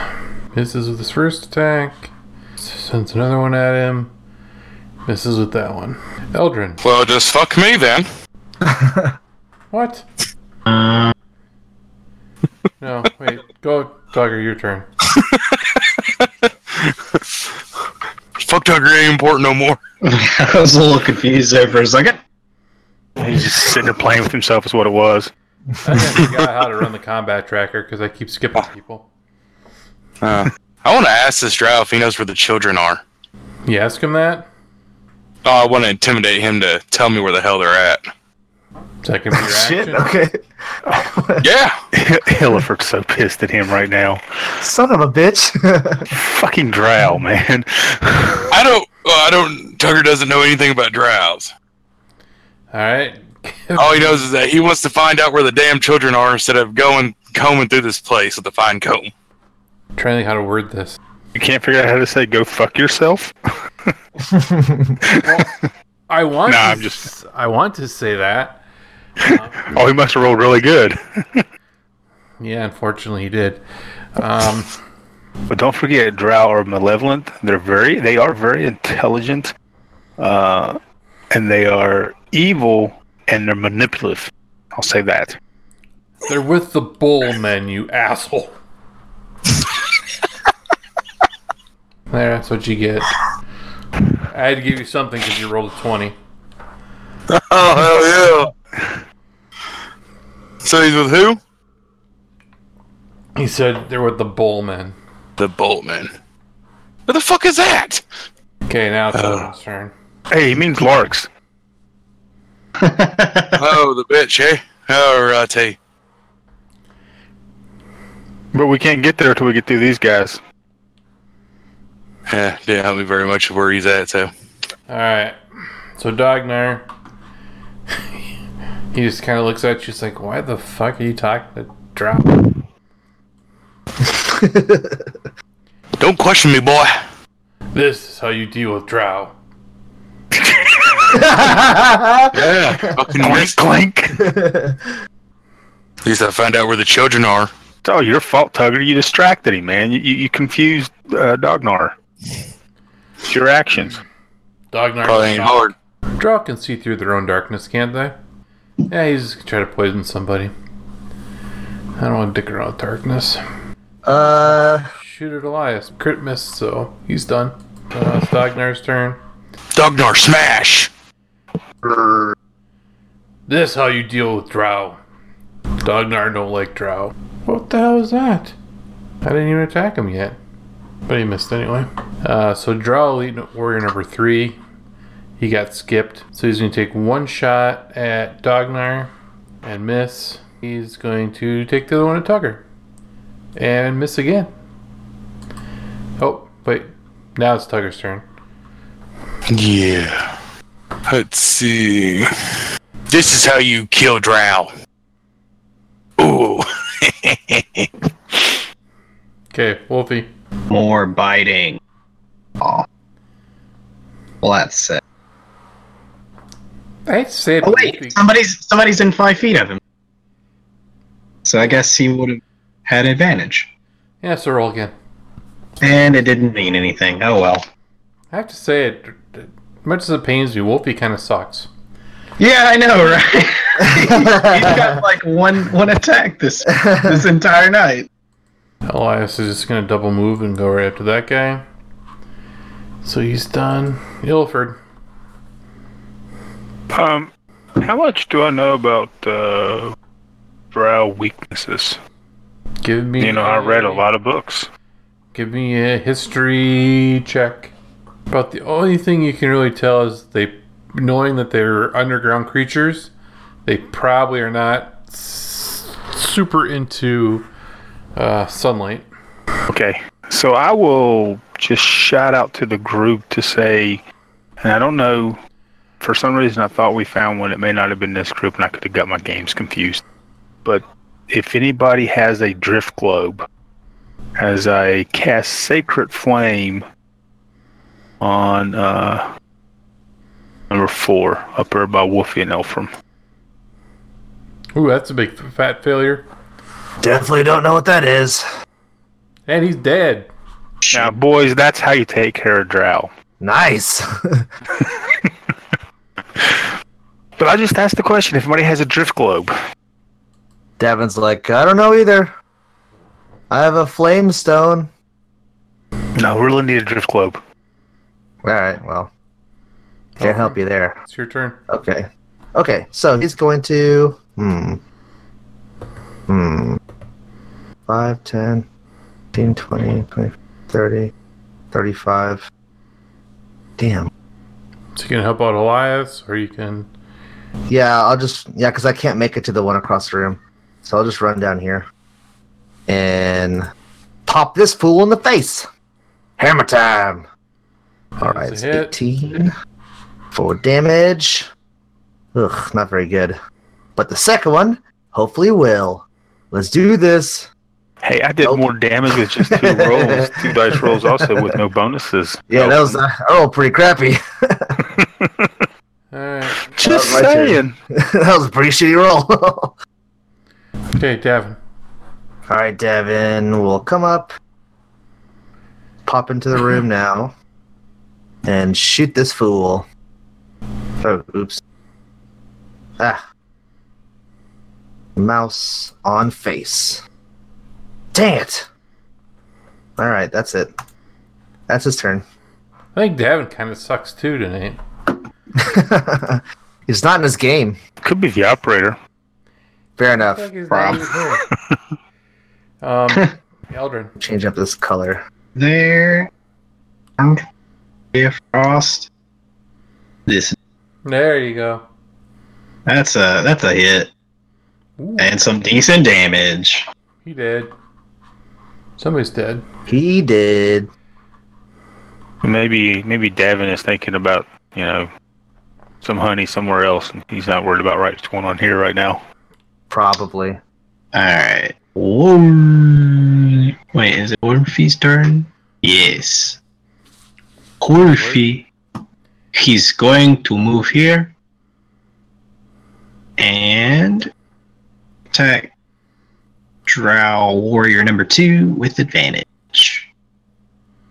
Speaker 3: Misses with his first attack, sends another one at him, misses with that one. Eldrin,
Speaker 4: Well, just fuck me then.
Speaker 3: what?
Speaker 2: Uh,
Speaker 3: No, wait, go, Dogger, your turn.
Speaker 4: Fuck Tugger ain't important no more.
Speaker 2: I was a little confused there for a second.
Speaker 9: He's just sitting there playing with himself, is what it was.
Speaker 3: I kinda forgot how to run the combat tracker because I keep skipping
Speaker 7: Ah.
Speaker 3: people.
Speaker 4: Uh, I want to ask this drow if he knows where the children are.
Speaker 3: You ask him that?
Speaker 4: Oh, I want to intimidate him to tell me where the hell they're at.
Speaker 3: That can be your
Speaker 7: Shit.
Speaker 3: action.
Speaker 7: Okay.
Speaker 4: Yeah.
Speaker 9: Hillefert's so pissed at him right now.
Speaker 7: Son of a bitch.
Speaker 9: Fucking drow, man.
Speaker 4: I don't. Well, I don't. Tugger doesn't know anything about drows.
Speaker 3: All right.
Speaker 4: All he knows is that he wants to find out where the damn children are instead of going combing through this place with a fine comb.
Speaker 3: trying to think how to word this.
Speaker 9: You can't figure out how to say "go fuck yourself."
Speaker 3: I want.
Speaker 9: Nah,
Speaker 3: to
Speaker 9: I'm
Speaker 3: just. I want to say that.
Speaker 9: Oh, he must have rolled really good.
Speaker 3: Yeah, unfortunately, he did. Um,
Speaker 9: But don't forget, Drow are malevolent. They're very, they are very intelligent, uh, and they are evil and they're manipulative. I'll say that.
Speaker 3: they're with the bull men, you asshole. there, that's what you get. I had to give you something because you rolled a twenty.
Speaker 4: Oh hell yeah! So he's with who?
Speaker 3: He said they're with the Bullmen.
Speaker 4: The Boltman. What the fuck is that?
Speaker 3: Okay, now it's Logan's turn.
Speaker 9: Hey, he means larks.
Speaker 4: oh, the bitch, eh? Alrighty.
Speaker 9: But we can't get there till we get through these guys.
Speaker 4: Yeah, didn't help me very much where he's at. So
Speaker 3: All right. So Dogner, he just kind of looks at you, just like, "Why the fuck are you talking to Drop?"
Speaker 4: don't question me, boy.
Speaker 3: This is how you deal with Drow.
Speaker 4: Yeah, fucking clink, At least I found out where the children are.
Speaker 9: It's all your fault, Tugger. You distracted him, man. You, you, you confused uh, Dognar. It's your actions.
Speaker 3: Dognar
Speaker 4: Probably ain't hard.
Speaker 3: Drow can see through their own darkness, can't they? Yeah, he's gonna try to poison somebody. I don't want to dick around with darkness.
Speaker 7: Uh,
Speaker 3: Shoot at Elias. Crit miss, so he's done. Uh, it's Dognar's turn.
Speaker 4: Dognar smash.
Speaker 3: This how you deal with Drow. Dognar don't like Drow. What the hell is that? I didn't even attack him yet. But he missed anyway. Uh, so Drow Elite Warrior number three. He got skipped. So he's going to take one shot at Dognar and miss. He's going to take the other one at Tucker and miss again. Oh, wait. Now it's Tucker's turn.
Speaker 4: Yeah. Let's see. This is how you kill Drow. Ooh.
Speaker 3: Okay, Wolfie.
Speaker 2: More biting. Oh. Well, that's it.
Speaker 3: I hate to say it,
Speaker 2: Oh
Speaker 3: but
Speaker 2: wait, somebody's somebody's in five feet of him. So I guess he would have had advantage,
Speaker 3: Yeah, so roll again.
Speaker 2: and it didn't mean anything. Oh well.
Speaker 3: I have to say it. Much as it pains me, Wolfie kind of sucks.
Speaker 2: Yeah, I know, right? He's got like one one attack this this entire night.
Speaker 3: Elias is just going to double move and go right up to that guy. So he's done. Ilford.
Speaker 9: Um, how much do I know about uh, brow weaknesses?
Speaker 3: Give me.
Speaker 9: You know, I read a lot of books.
Speaker 3: Give me a history check. About the only thing you can really tell is they, knowing that they're underground creatures, they probably are not s- super into uh, sunlight.
Speaker 9: Okay, so I will just shout out to the group to say, and I don't know. For some reason, I thought we found one. It may not have been this group, and I could have got my games confused. But if anybody has a drift globe, as I cast Sacred Flame on uh, number four up there by Wolfie and Elfram.
Speaker 3: Ooh, that's a big f- fat failure.
Speaker 7: Definitely don't know what that is.
Speaker 3: And he's dead.
Speaker 9: Now, boys, that's how you take care of Drow.
Speaker 7: Nice.
Speaker 9: But I just asked the question if anybody has a drift globe.
Speaker 7: Davin's like, I don't know either. I have a flame stone.
Speaker 9: No, we really need a drift globe.
Speaker 7: All right, well, can't help you there.
Speaker 3: It's your turn.
Speaker 7: Okay, okay. So he's going to hmm, hmm, 5, 10, 15, 20, 20, 30, 35. Damn.
Speaker 3: So you can help out Elias, or you can.
Speaker 7: Yeah, I'll just yeah, because I can't make it to the one across the room, so I'll just run down here and pop this fool in the face. Hammer time. All right,
Speaker 3: That's
Speaker 7: it's
Speaker 3: a hit.
Speaker 7: eighteen for damage. Ugh, not very good. But the second one, hopefully, will. Let's do this.
Speaker 9: Hey, I did more damage with just two rolls, two dice rolls, also with no bonuses.
Speaker 7: Yeah, that was uh, oh pretty crappy.
Speaker 3: Alright.
Speaker 9: Just
Speaker 7: That was my turn.
Speaker 9: saying.
Speaker 7: that was a pretty shitty roll.
Speaker 3: Okay, Davin.
Speaker 7: All right, Devin, we'll come up, pop into the room now, and shoot this fool. Oh, oops. Ah. Mouse on face. Dang it! All right, that's it. That's his turn.
Speaker 3: I think Davin kind of sucks too tonight.
Speaker 7: He's not in his game.
Speaker 9: Could be the operator.
Speaker 7: Fair enough.
Speaker 3: Rob. um, Eldrin.
Speaker 7: Change up this color.
Speaker 2: There. And if Frost. This.
Speaker 3: There you go.
Speaker 2: That's a that's a hit. And some decent damage.
Speaker 3: He did. Somebody's dead.
Speaker 7: He did.
Speaker 9: Maybe maybe Davin is thinking about you know some honey somewhere else, and he's not worried about right what's going on here right now.
Speaker 7: Probably.
Speaker 2: Alright. Wait, is it Orphe's turn? Yes. Orphe. He's going to move here. And attack Drow Warrior number two with advantage.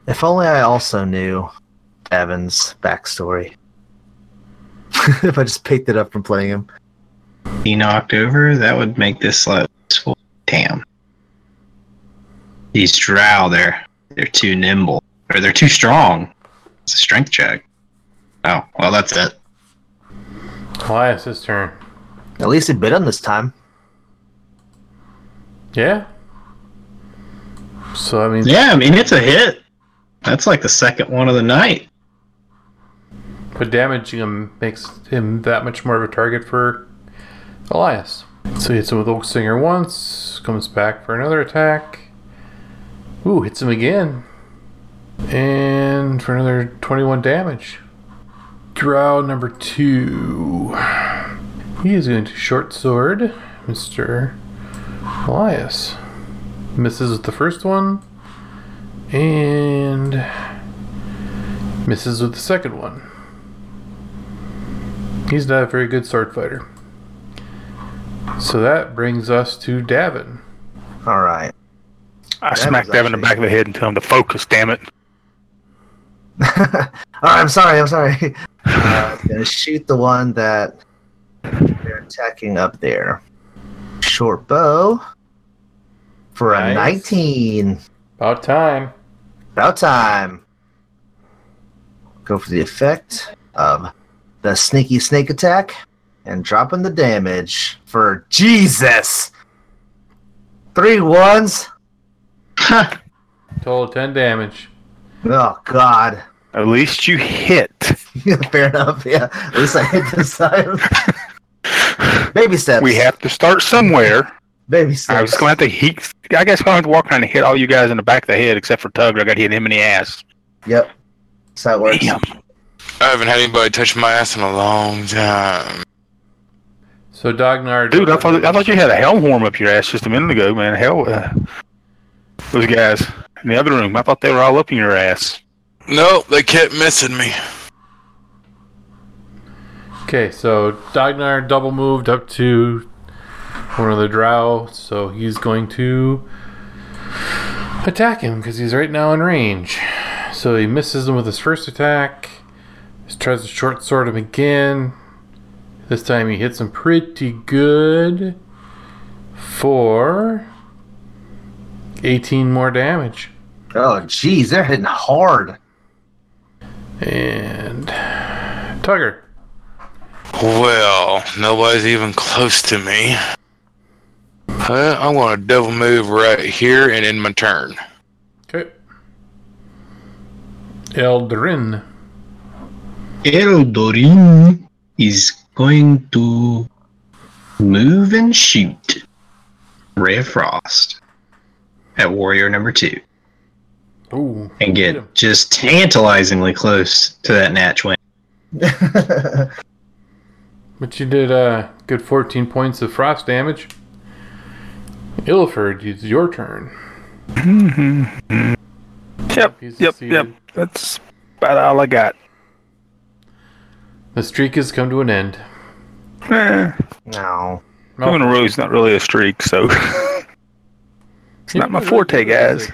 Speaker 7: If only I also knew Evan's backstory. if I just picked it up from playing him.
Speaker 2: He knocked over, that would make this slightly useful. Damn. These drow they're they're too nimble. Or they're too strong. It's a strength check. Oh, well that's it.
Speaker 3: Elias's turn.
Speaker 7: At least he bit him this time.
Speaker 3: Yeah. So I mean,
Speaker 2: Yeah, I mean it's a hit. That's like the second one of the night.
Speaker 3: but damaging him makes him that much more of a target for Elias. So he hits him with Oak Singer once, comes back for another attack. Ooh, hits him again. And for another 21 damage. Drow number two. He is going to short sword Mr. Elias. Misses with the first one. And misses with the second one. He's not a very good sword fighter. So that brings us to Davin.
Speaker 7: All right.
Speaker 9: I
Speaker 7: That
Speaker 9: smack
Speaker 7: was
Speaker 9: Devin in the back of the head and tell him to focus. Damn it!
Speaker 7: All right, I'm sorry. I'm sorry. Uh, I'm gonna shoot the one that they're attacking up there. Short bow for a
Speaker 3: Nice.
Speaker 7: 19.
Speaker 3: About time.
Speaker 7: About time. Go for the effect of the sneaky snake attack and dropping the damage for Jesus. Three ones.
Speaker 3: Total 10 damage.
Speaker 7: Oh God.
Speaker 9: At least you hit.
Speaker 7: Fair enough. Yeah. At least I hit this time. Baby steps.
Speaker 9: We have to start somewhere.
Speaker 7: Baby
Speaker 9: I was
Speaker 7: steps.
Speaker 9: going to have to heat. I guess I'm going to walk around and hit all you guys in the back of the head except for Tugger. I got to hit him in the ass.
Speaker 7: Yep. That's how it works.
Speaker 4: I haven't had anybody touch my ass in a long time.
Speaker 3: So Dognard.
Speaker 9: Dude, I thought I thought you had a hell horn up your ass just a minute ago, man. Hell, uh, those guys in the other room. I thought they were all up in your ass.
Speaker 4: Nope, they kept missing me.
Speaker 3: Okay, so Dagnar double moved up to one of the drow, so he's going to attack him because he's right now in range. So he misses him with his first attack. He tries to short sword him again. This time he hits him pretty good for 18 more damage.
Speaker 7: Oh, jeez, they're hitting hard.
Speaker 3: And Tugger.
Speaker 4: Well, nobody's even close to me. Well, I'm going to double move right here and end my turn.
Speaker 3: Okay. Eldrin.
Speaker 2: Eldorin is going to move and shoot Ray of Frost at warrior number two
Speaker 3: Ooh.
Speaker 2: and get just tantalizingly close to that Natch win.
Speaker 3: But you did uh, good 14 points of frost damage. Illiford, it's your turn.
Speaker 9: Yep,
Speaker 3: He's
Speaker 9: yep, yep.
Speaker 3: succeeded.
Speaker 9: That's about all I got.
Speaker 3: The streak has come to an end.
Speaker 9: Eh,
Speaker 7: No.
Speaker 9: Two in a row is not really a streak, so it's not my forte, guys.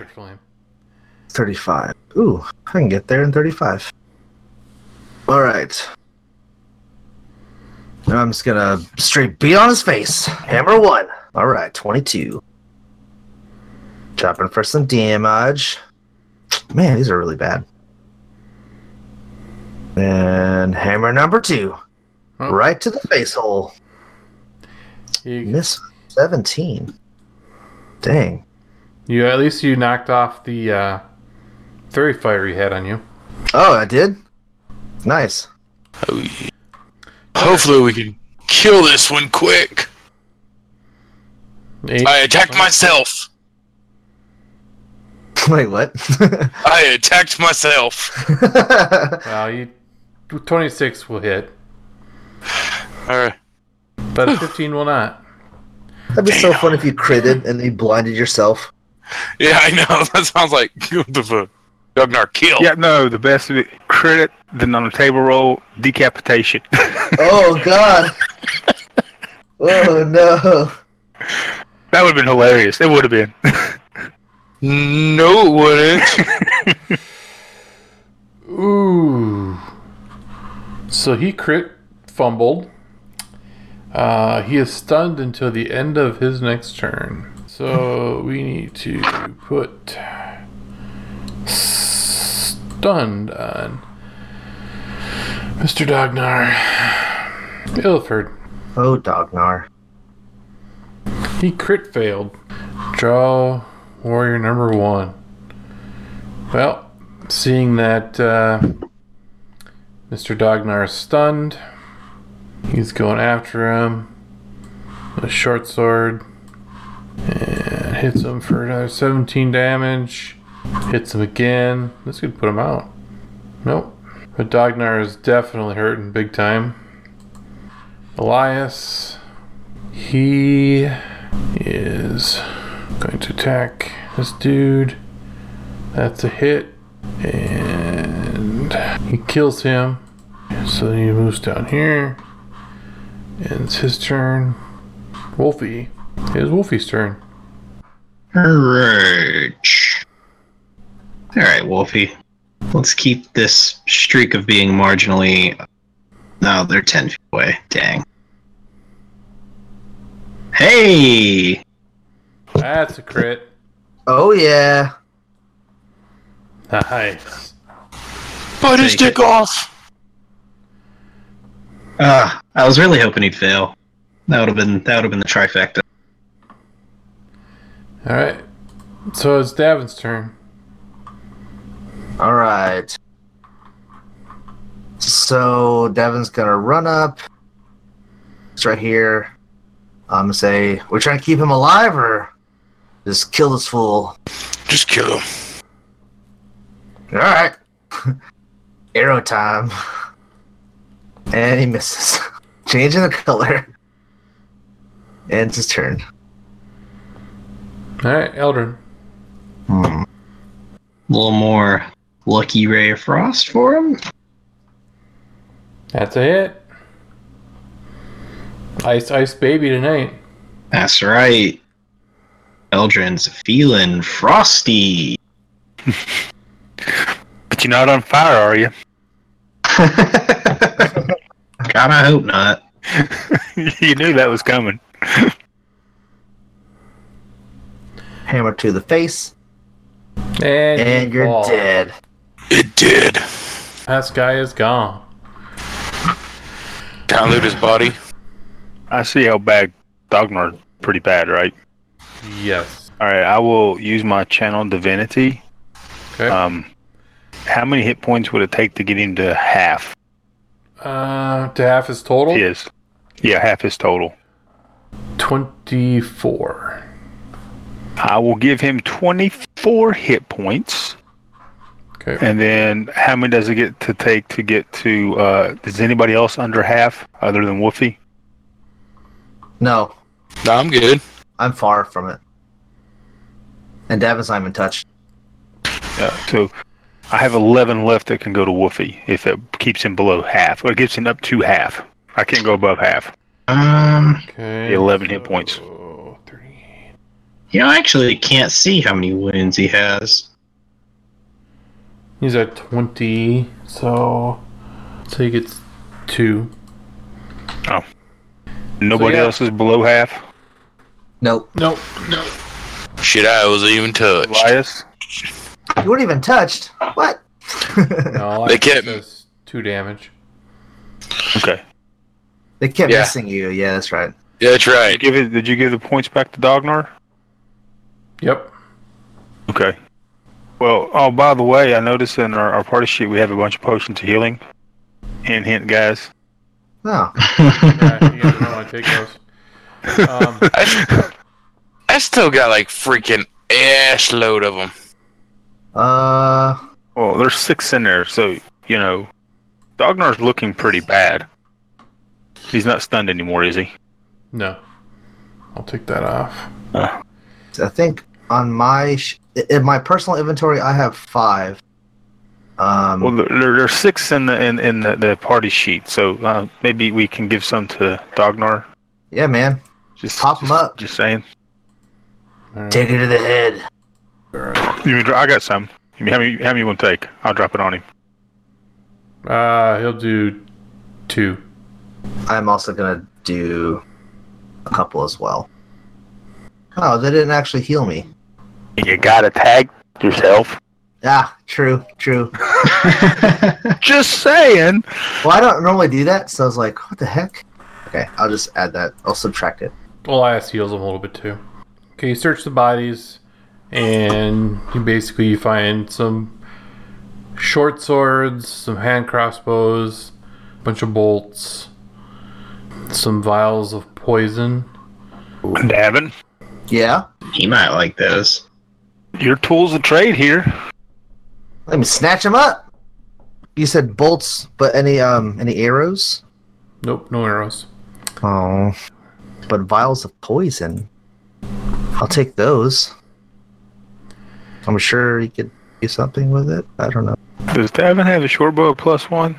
Speaker 7: 35. Ooh, I can get there in 35. All right. Now I'm just gonna straight beat on his face. Hammer one. All right, 22. Dropping for some damage. Man, these are really bad. And hammer number two. Right to the face hole. Miss 17. Dang.
Speaker 3: You at least you knocked off the uh, very fiery head on you.
Speaker 7: Oh, I did? Nice.
Speaker 4: Oh, yeah. Hopefully, we can kill this one quick. I attacked myself.
Speaker 7: Wait, what?
Speaker 4: I attacked myself.
Speaker 3: Well, you twenty six will hit,
Speaker 4: All right.
Speaker 3: but a fifteen will not.
Speaker 7: That'd be so fun if you critted and you blinded yourself.
Speaker 4: Yeah, I know. That sounds like what the fuck? Gugnar kill.
Speaker 9: Yeah, no, the best of it credit, then on the table roll, decapitation.
Speaker 7: Oh, God. oh, no.
Speaker 9: That would have been hilarious. It would have been.
Speaker 4: No, it wouldn't.
Speaker 3: Ooh. So he crit fumbled. Uh, he is stunned until the end of his next turn. So we need to put stunned on Mr. Dognar. Ilford.
Speaker 7: Oh, Dognar.
Speaker 3: He crit failed. Draw warrior number one. Well, seeing that uh, Mr. Dognar is stunned, he's going after him with a short sword and hits him for another 17 damage. Hits him again. This could put him out. Nope. But Dognar is definitely hurting big time. Elias, he is going to attack this dude. That's a hit. And he kills him. So he moves down here. And it's his turn. Wolfie. It is Wolfie's turn.
Speaker 2: Courage. All right, Wolfie. Let's keep this streak of being marginally. No, they're 10 feet away. Dang. Hey!
Speaker 3: That's a crit.
Speaker 7: Oh, yeah.
Speaker 3: Nice.
Speaker 4: Bite his
Speaker 2: Take
Speaker 4: dick off.
Speaker 2: Ah, I was really hoping he'd fail. That would have been that would have been the trifecta.
Speaker 3: Alright. So it's Davin's turn.
Speaker 7: All right. So Devin's gonna run up. It's right here. I'm gonna say we're trying to keep him alive, or just kill this fool.
Speaker 4: Just kill him.
Speaker 7: All right. Arrow time. And he misses. Changing the color. And it's his turn.
Speaker 3: Alright, Eldrin.
Speaker 2: Hmm. A little more lucky ray of frost for him.
Speaker 3: That's a hit. Ice Ice Baby tonight.
Speaker 2: That's right. Eldrin's feeling frosty.
Speaker 9: but you're not on fire, are you?
Speaker 2: God, I hope not.
Speaker 9: you knew that was coming.
Speaker 7: Hammer to the face,
Speaker 3: And, you
Speaker 7: and you're
Speaker 3: fall.
Speaker 7: dead.
Speaker 4: It did.
Speaker 3: That guy is gone.
Speaker 4: Download his body.
Speaker 9: I see how bad Dognar's pretty bad, right?
Speaker 3: Yes.
Speaker 9: All right, I will use my channel divinity.
Speaker 3: Okay.
Speaker 9: Um, how many hit points would it take to get him to half
Speaker 3: Uh, to half his total?
Speaker 9: his? Yeah, half his total.
Speaker 3: 24.
Speaker 9: I will give him 24 hit points.
Speaker 3: Okay.
Speaker 9: And then how many does it get to take to get to, uh, is anybody else under half other than Wolfie?
Speaker 7: No,
Speaker 4: No, I'm good.
Speaker 7: I'm far from it. And Devin's not even touched.
Speaker 9: Uh, so I have 11 left that can go to Wolfie if it keeps him below half or it gets him up to half. I can't go above half.
Speaker 2: Um,
Speaker 3: Okay.
Speaker 9: 11 hit points.
Speaker 3: So, three.
Speaker 2: you know, I actually can't see how many wounds he has.
Speaker 3: He's at 20, so. So he gets two.
Speaker 9: Nobody
Speaker 3: yeah.
Speaker 9: else is below half.
Speaker 7: Nope.
Speaker 3: Nope. Nope.
Speaker 4: Shit, I was even touched.
Speaker 9: Elias?
Speaker 7: You weren't even touched. What?
Speaker 3: No, all I
Speaker 4: They
Speaker 3: think
Speaker 4: can't-
Speaker 3: does two damage.
Speaker 9: Okay.
Speaker 7: They kept
Speaker 4: Yeah.
Speaker 7: missing you. Yeah, that's right.
Speaker 4: Yeah, that's right.
Speaker 9: Give it. Did you give the points back to Dognar?
Speaker 3: Yep.
Speaker 9: Okay. Well, oh, by the way, I noticed in our, our party sheet we have a bunch of potions of healing. Hint, hint, guys.
Speaker 7: Oh.
Speaker 3: yeah, you guys might want to take those. Um,
Speaker 4: I still got like freaking ass load of them.
Speaker 7: Uh.
Speaker 9: Well, there's six in there, so you know, Dognar's looking pretty bad. He's not stunned anymore, is he?
Speaker 3: no. I'll take that off.
Speaker 7: I think on my sh- in my personal inventory, I have five. Um,
Speaker 9: Well, there, there- there's six in the in, in the, the party sheet, so uh, maybe we can give some to Dognar.
Speaker 7: yeah, man.
Speaker 9: Just
Speaker 7: pop them up.
Speaker 9: Just saying.
Speaker 7: Take it to the head.
Speaker 9: You mean, I got some. You mean, how many? How many you want to take? I'll drop it on him.
Speaker 3: Uh, he'll do two.
Speaker 7: I'm also gonna do a couple as well. Oh, they didn't actually heal me.
Speaker 9: You gotta tag yourself.
Speaker 7: Ah, true, true.
Speaker 9: Just saying.
Speaker 7: Well, I don't normally do that, so I was like, what the heck? Okay, I'll just add that. I'll subtract it.
Speaker 3: Elias heals him a little bit too. Okay, you search the bodies, and you basically find some short swords, some hand crossbows, a bunch of bolts, some vials of poison.
Speaker 9: Davin,
Speaker 7: Yeah?
Speaker 2: He might like those.
Speaker 9: your tools of trade here.
Speaker 7: Let me snatch him up. You said bolts, but any um any arrows?
Speaker 3: Nope, no arrows.
Speaker 7: Oh. But vials of poison. I'll take those. I'm sure you could do something with it. I don't know.
Speaker 9: Does Davin have a short bow plus one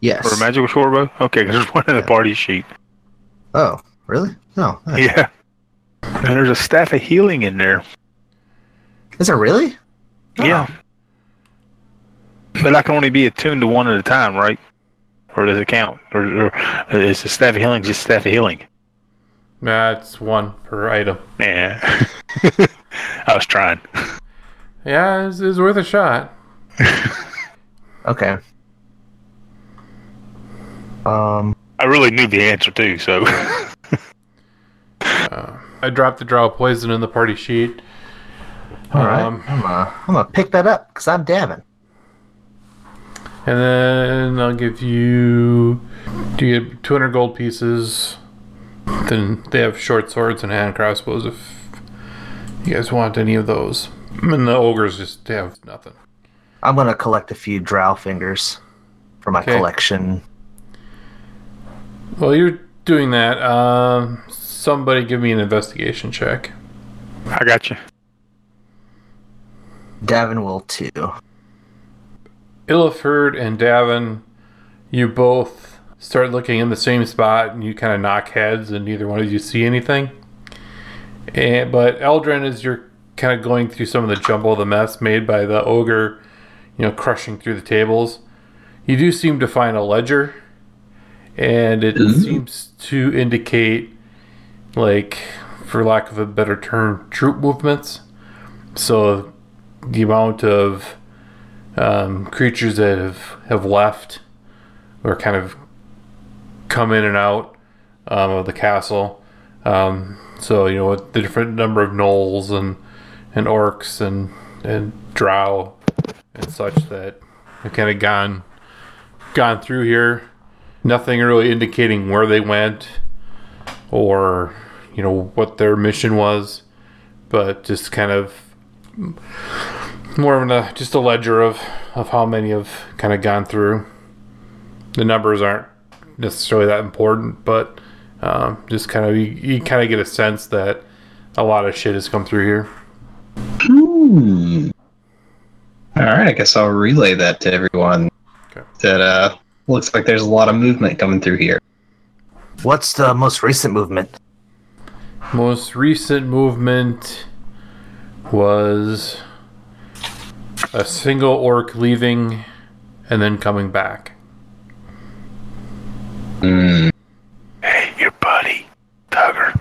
Speaker 7: Yes.
Speaker 9: or a magical short bow? Okay, 'cause there's one in the party sheet.
Speaker 7: Oh, really? No. Huh.
Speaker 9: Yeah. And there's a staff of healing in there.
Speaker 7: Is it really?
Speaker 9: Yeah. But I can only be attuned to one at a time, right? Or does it count? Or, or is the staff of healing just staff of healing?
Speaker 3: That's one per item.
Speaker 9: Yeah. I was trying.
Speaker 3: Yeah, it's, it's worth a shot.
Speaker 7: Okay. Um.
Speaker 9: I really knew the answer too, so
Speaker 3: I dropped the draw poison in the party sheet.
Speaker 7: All right.
Speaker 3: Um,
Speaker 7: I'm, uh, I'm gonna pick that up because I'm dabbing.
Speaker 3: And then I'll give you. Do you get 200 gold pieces? Then they have short swords and hand crossbows if you guys want any of those. And the ogres just have nothing.
Speaker 7: I'm gonna collect a few drow fingers for my
Speaker 3: Okay.
Speaker 7: collection.
Speaker 3: Well, you're doing that. Um, somebody give me an investigation check.
Speaker 9: I got you.
Speaker 7: Davin will too.
Speaker 3: Illiford and Davin, you both start looking in the same spot and you kind of knock heads, and neither one of you see anything. And, but Eldrin, as you're kind of going through some of the jumble, the mess made by the ogre, you know, crushing through the tables, you do seem to find a ledger, and it seems to indicate, like, for lack of a better term, troop movements. So the amount of um, creatures that have, have left or kind of come in and out um, of the castle. Um, so you know with the different number of gnolls and and orcs and and drow and such that have kind of gone gone through here. Nothing really indicating where they went or you know what their mission was, but just kind of more of a just a ledger of of how many have kind of gone through. The numbers aren't necessarily that important, but um, just kind of you, you kind of get a sense that a lot of shit has come through here.
Speaker 2: Hmm. All right, I guess I'll relay that to everyone. That uh, looks like there's a lot of movement coming through here.
Speaker 7: What's the most recent movement?
Speaker 3: Most recent movement was a single orc leaving and then coming back.
Speaker 9: Hey, your buddy, Tugger.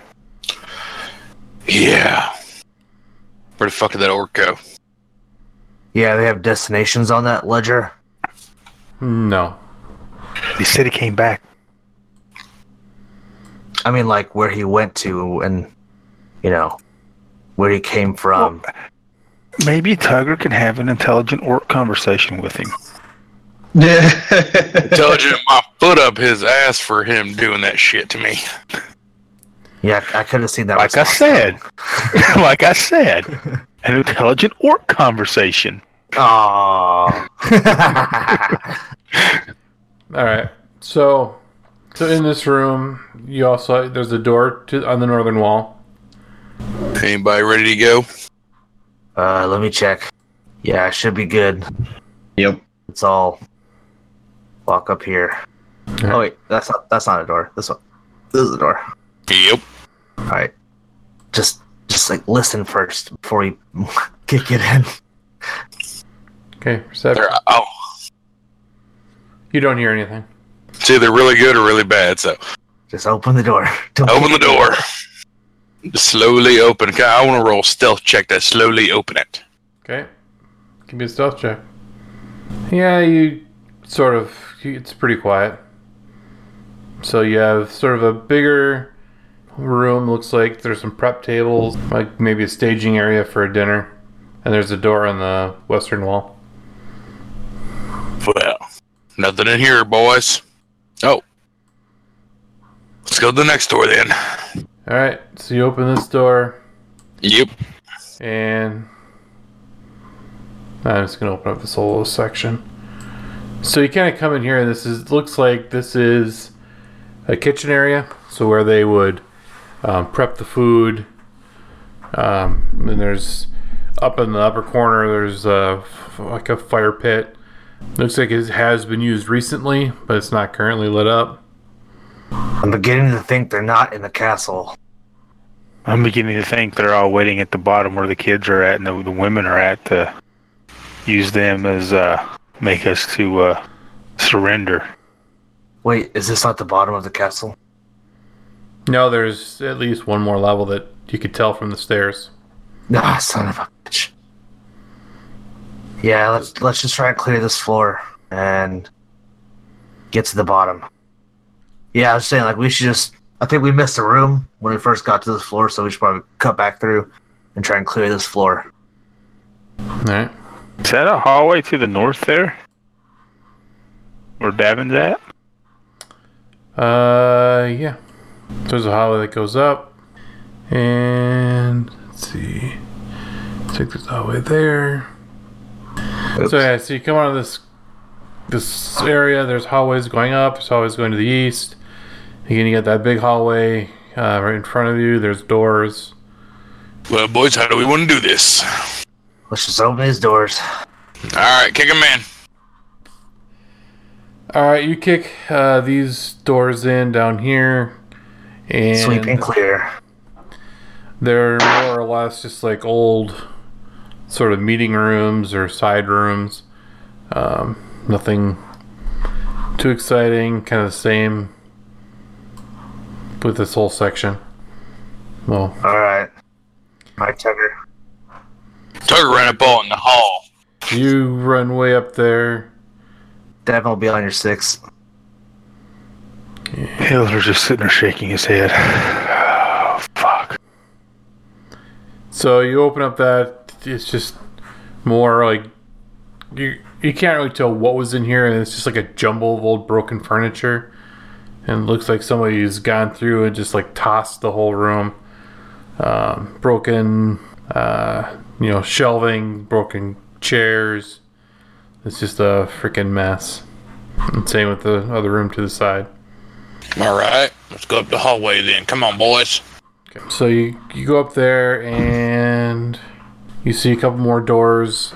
Speaker 4: Yeah. Where the fuck did that orc go?
Speaker 7: Yeah, they have destinations on that ledger.
Speaker 3: No,
Speaker 9: He said he came back.
Speaker 7: I mean, like where he went to and, you know, where he came from.
Speaker 9: Maybe Tugger can have an intelligent orc conversation with him.
Speaker 4: Intelligent, my foot up his ass for him doing that shit to me.
Speaker 7: Yeah, I could have seen that.
Speaker 9: Like I said, like I said, an intelligent orc conversation.
Speaker 7: Aww.
Speaker 3: All right. So, so in this room, you also there's a door to on the northern wall.
Speaker 4: Anybody ready to go?
Speaker 7: Uh, let me check. Yeah, I should be good.
Speaker 2: Yep.
Speaker 7: Let's all walk up here. Oh wait, that's not that's not a door. This one, this is a door.
Speaker 4: Yep.
Speaker 7: All right, just just like listen first before we kick it in.
Speaker 3: Okay, perception.
Speaker 4: Oh,
Speaker 3: You don't hear anything.
Speaker 4: it's either really good or really bad. So
Speaker 7: Just open the door.
Speaker 4: open the door. Just slowly open. Okay, I want to roll stealth check to slowly open it.
Speaker 3: Okay. Give me a stealth check. Yeah, you sort of. It's pretty quiet. So you have sort of a bigger room. Looks like there's some prep tables, like maybe a staging area for a dinner, and there's a door on the western wall.
Speaker 4: Well, nothing in here, boys. Oh, let's go to the next door then.
Speaker 3: All right. So you open this door,
Speaker 4: Yep.
Speaker 3: and I'm just gonna open up this whole little section. So you kind of come in here, and this is looks like this is a kitchen area, so where they would um, prep the food. Um, and there's up in the upper corner, there's a, like a fire pit. Looks like it has been used recently, but it's not currently lit up.
Speaker 7: I'm beginning to think they're not in the castle.
Speaker 9: I'm beginning to think they're all waiting at the bottom where the kids are at and the, the women are at to use them as uh, make us to uh, surrender.
Speaker 7: Wait, is this not the bottom of the castle?
Speaker 3: No, there's at least one more level that you could tell from the stairs.
Speaker 7: Ah, son of a bitch. Yeah, let's let's just try and clear this floor and get to the bottom. Yeah, I was saying like we should just. I think we missed a room when we first got to this floor, so we should probably cut back through and try and clear this floor.
Speaker 3: All right.
Speaker 9: Is that a hallway to the north there? Where Davin's at?
Speaker 3: Uh, yeah. There's a hallway that goes up, and let's see. Take this hallway there. So yeah, so you come out of this this area. There's hallways going up. There's hallways going to the east. Again, you got that big hallway uh, right in front of you. There's doors.
Speaker 4: Well, boys, how do we want to do this?
Speaker 7: Let's just open these doors.
Speaker 4: All right, kick 'em in.
Speaker 3: All right, you kick uh, these doors in down here, and
Speaker 7: Sweep and clear.
Speaker 3: They're more or less just like old sort of meeting rooms or side rooms. Um, nothing too exciting, kind of the same with this whole section. Well,
Speaker 7: All right. Hi, Tucker.
Speaker 4: Tugger ran up all in the hall.
Speaker 3: you run way up there.
Speaker 7: Devin will be on your six.
Speaker 9: Hiller's just sitting there shaking his head. Oh, fuck.
Speaker 3: So you open up that it's just more like you you can't really tell what was in here, and it's just like a jumble of old broken furniture, and it looks like somebody's gone through and just like tossed the whole room, um, broken, uh, you know, shelving, broken chairs. It's just a freaking mess. And same with the other room to the side.
Speaker 4: All right, let's go up the hallway then. Come on, boys.
Speaker 3: So you, you go up there and you see a couple more doors,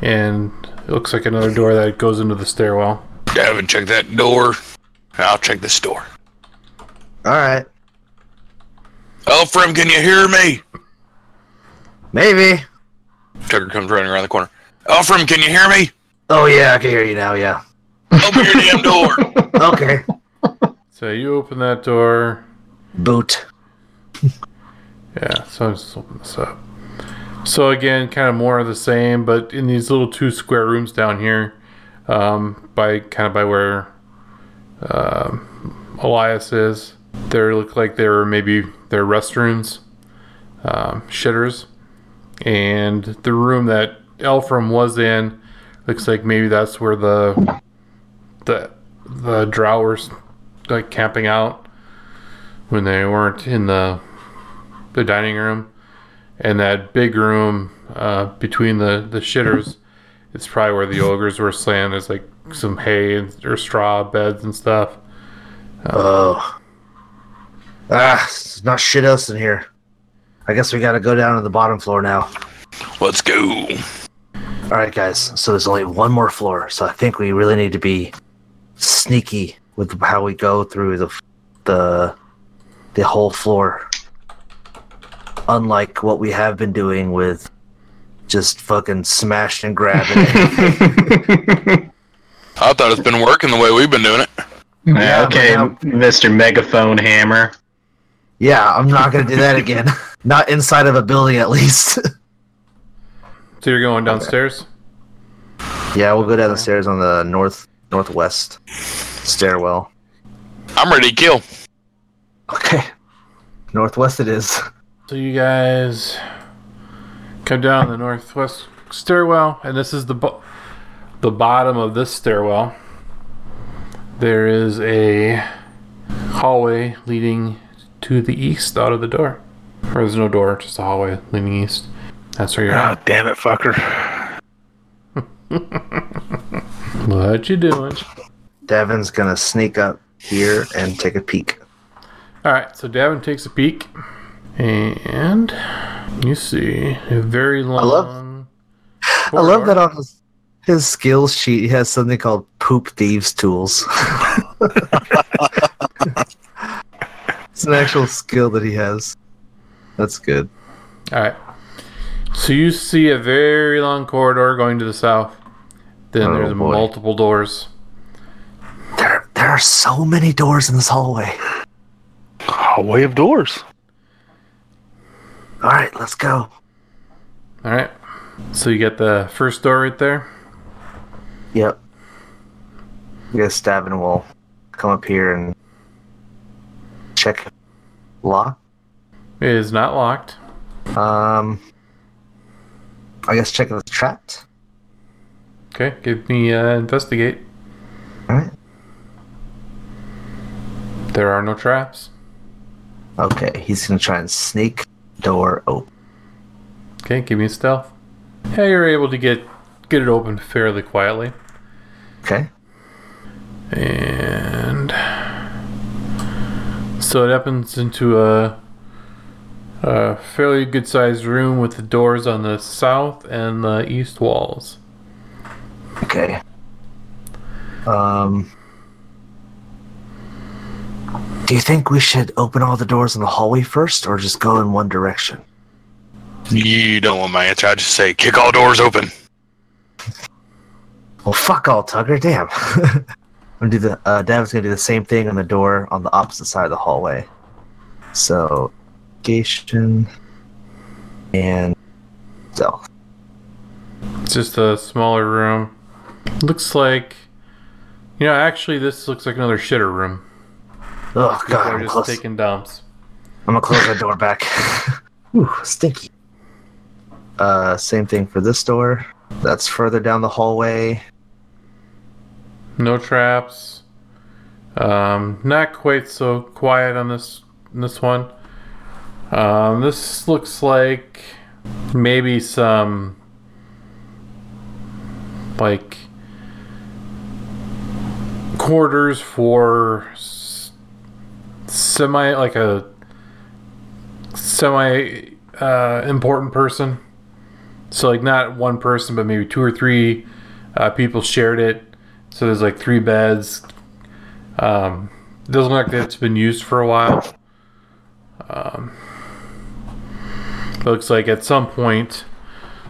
Speaker 3: and it looks like another door that goes into the stairwell.
Speaker 4: Davin, check that door. I'll check this door.
Speaker 7: All right.
Speaker 4: Elfrim, can you hear me?
Speaker 7: Maybe.
Speaker 4: Tugger comes running around the corner. Elfrim, can you hear me?
Speaker 7: Oh yeah, I can hear you now. Yeah.
Speaker 4: Open your damn door.
Speaker 7: Okay.
Speaker 3: So you open that door.
Speaker 7: Boot.
Speaker 3: Yeah, so I'm just open this up. So again, kind of more of the same, but in these little two square rooms down here, um, by kind of by where um, Elias is, There look like there were maybe their restrooms, um, shitters, and the room that Elfram was in looks like maybe that's where the the the drowers like camping out when they weren't in the the dining room and that big room uh, between the the shitters it's probably where the ogres were slaying there's like some hay and, or straw beds and stuff
Speaker 7: oh ah there's not shit else in here i guess we gotta go down to the bottom floor now
Speaker 4: Let's go.
Speaker 7: all right guys so there's only one more floor so i think we really need to be sneaky with how we go through the the the whole floor unlike what we have been doing with just fucking smashing and grabbing.
Speaker 4: I thought it's been working the way we've been doing it.
Speaker 2: Yeah, okay, Mr. Megaphone Hammer.
Speaker 7: yeah, I'm not gonna do that again. not inside of a building, at least.
Speaker 3: so you're going downstairs
Speaker 7: yeah, we'll go down the stairs on the north northwest stairwell.
Speaker 4: I'm ready to kill.
Speaker 7: Okay, northwest it is.
Speaker 3: so you guys come down the northwest stairwell and this is the bo- the bottom of this stairwell there is a hallway leading to the east out of the door Or there's no door just a hallway leading east that's where you're at.
Speaker 9: Ah, Damn it, fucker.
Speaker 3: What you doing?
Speaker 7: Devin's gonna sneak up here and take a peek.
Speaker 3: All right, so Davin takes a peek, and you see a very long.
Speaker 7: I love that on his, his skills sheet he has something called poop thieves tools. it's an actual skill that he has. That's good.
Speaker 3: All right, so you see a very long corridor going to the south. Then
Speaker 7: Oh,
Speaker 3: there's
Speaker 7: boy.
Speaker 3: multiple doors.
Speaker 7: There, there are so many doors in this hallway.
Speaker 9: Hallway of doors.
Speaker 7: All right, let's go.
Speaker 3: All right, so you get the first door right there.
Speaker 7: Yep. I guess Davin will come up here and check lock.
Speaker 3: It is not locked.
Speaker 7: Um, I guess check if it's trapped.
Speaker 3: Okay, give me uh, investigate.
Speaker 7: All right.
Speaker 3: There are no traps.
Speaker 7: Okay, he's gonna try and sneak door open.
Speaker 3: Okay, give me stealth. Yeah, you're able to get get it open fairly quietly.
Speaker 7: Okay.
Speaker 3: And so it opens into a, a fairly good sized room with the doors on the south and the east walls.
Speaker 7: Okay. Um, do you think we should open all the doors in the hallway first, or just go in one direction?
Speaker 4: You don't want my answer. I just say kick all doors open.
Speaker 7: Well, fuck all, Tugger. Damn. I'm gonna do the. Uh, Davin's gonna do the same thing on the door on the opposite side of the hallway. So, Gation and stealth.
Speaker 3: It's just a smaller room. Looks like, you know, actually, this looks like another shitter room.
Speaker 7: Oh
Speaker 3: People
Speaker 7: god,
Speaker 3: are
Speaker 7: I'm
Speaker 3: just
Speaker 7: close.
Speaker 3: taking dumps.
Speaker 7: I'm gonna close that door back. Ooh, stinky. Uh, same thing for this door. That's further down the hallway.
Speaker 3: No traps. Um, not quite so quiet on this this one. Um, this looks like maybe some like quarters for s- semi like a semi uh, important person. So like not one person, but maybe two or three uh, people shared it. So there's like three beds. Um, doesn't look like it's been used for a while. Um, looks like at some point,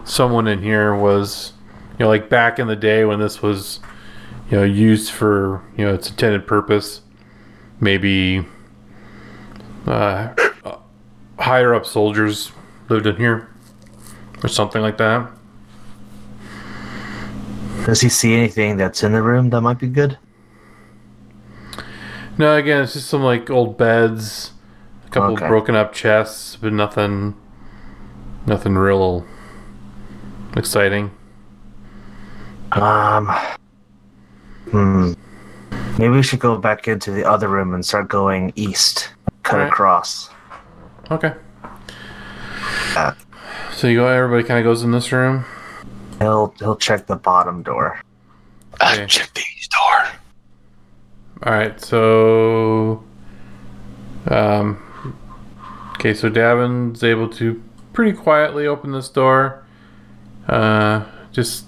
Speaker 3: someone in here was, you know, like back in the day when this was, you know, used for you know its intended purpose. Maybe uh, higher up soldiers lived in here, or something like that.
Speaker 7: Does he see anything that's in the room that might be good?
Speaker 3: No, again, it's just some like old beds, a couple
Speaker 7: Okay.
Speaker 3: broken up chests, but nothing, nothing real exciting.
Speaker 7: Um. Hmm. Maybe we should go back into the other room and start going east, cut
Speaker 3: Alright.
Speaker 7: across.
Speaker 3: Okay. So you go. Everybody kind of goes in this room.
Speaker 7: He'll he'll check the bottom door.
Speaker 3: check the east door. All right. So, um, okay. So Davin's able to pretty quietly open this door. Uh, just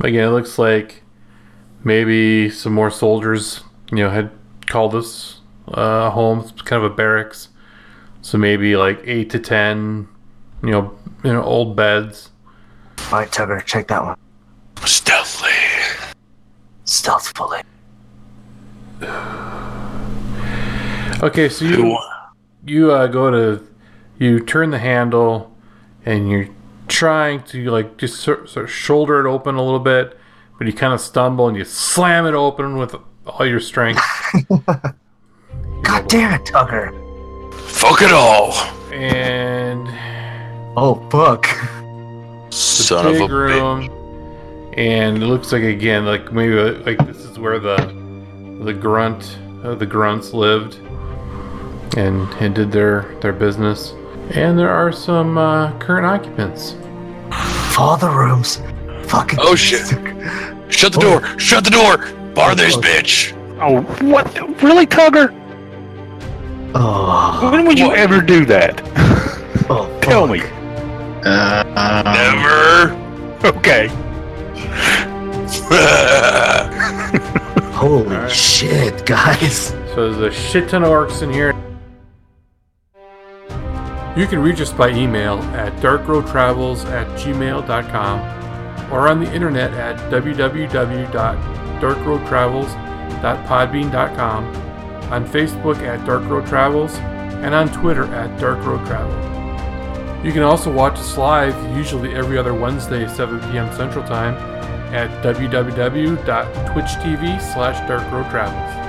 Speaker 3: again, it looks like maybe some more soldiers, you know, had called this uh, home. It's kind of a barracks, so maybe like eight to ten, you know, you know, old beds.
Speaker 7: All right, Tugger, check that one.
Speaker 4: Stealthily.
Speaker 7: Stealthfully.
Speaker 3: Okay, so you you uh, go to you turn the handle and you're trying to like just sort, sort of shoulder it open a little bit, but you kind of stumble and you slam it open with all your strength.
Speaker 7: God damn it, Tugger!
Speaker 4: Fuck it all.
Speaker 3: And
Speaker 7: oh fuck!
Speaker 4: Son
Speaker 3: big
Speaker 4: of a
Speaker 3: room, and it looks like again like maybe like this is where the the grunt uh, the grunts lived and and did their their business. And there are some uh, current occupants.
Speaker 7: All the rooms. Fucking.
Speaker 4: Oh shit! Shut the door! Shut the door! Bar this bitch!
Speaker 9: Oh, what? Really, Tugger?
Speaker 7: Oh.
Speaker 9: When would you ever do that?
Speaker 7: Oh,
Speaker 9: Tell me.
Speaker 2: Uh,
Speaker 4: Never.
Speaker 9: Okay.
Speaker 7: Holy shit, guys!
Speaker 3: So there's a shit ton of orcs in here. You can reach us by email at darkroadtravels at gmail.com or on the internet at www.darkroadtravels.podbean.com, on Facebook at Dark Road Travels, and on Twitter at Dark Road Travel. You can also watch us live, usually every other Wednesday, 7 p.m. Central Time, at www.twitch.tv slash darkroadtravels.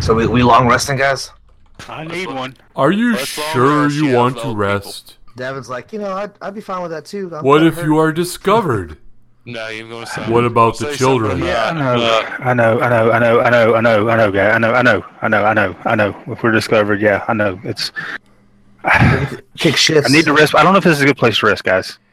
Speaker 7: So we, we long resting, guys.
Speaker 9: I need one.
Speaker 3: Are you
Speaker 9: Let's all
Speaker 3: sure
Speaker 9: rest,
Speaker 3: you
Speaker 9: yeah,
Speaker 3: want
Speaker 9: fellow
Speaker 3: to
Speaker 9: people.
Speaker 3: rest?
Speaker 7: Davin's like, you know, I'd, I'd be fine with that too. I'm
Speaker 3: What
Speaker 7: not
Speaker 3: if
Speaker 7: hurt."
Speaker 3: you are discovered?
Speaker 4: No, you're gonna say.
Speaker 3: What about the
Speaker 4: say
Speaker 3: children?
Speaker 4: something
Speaker 9: I
Speaker 4: about-
Speaker 9: know, I know, I know, I know, I know, I know, I know, guy. I know, I know, I know, I know, I know. If we're discovered, yeah, I know. It's.
Speaker 7: kick shifts?
Speaker 9: I need to rest. I don't know if this is a good place to rest, guys.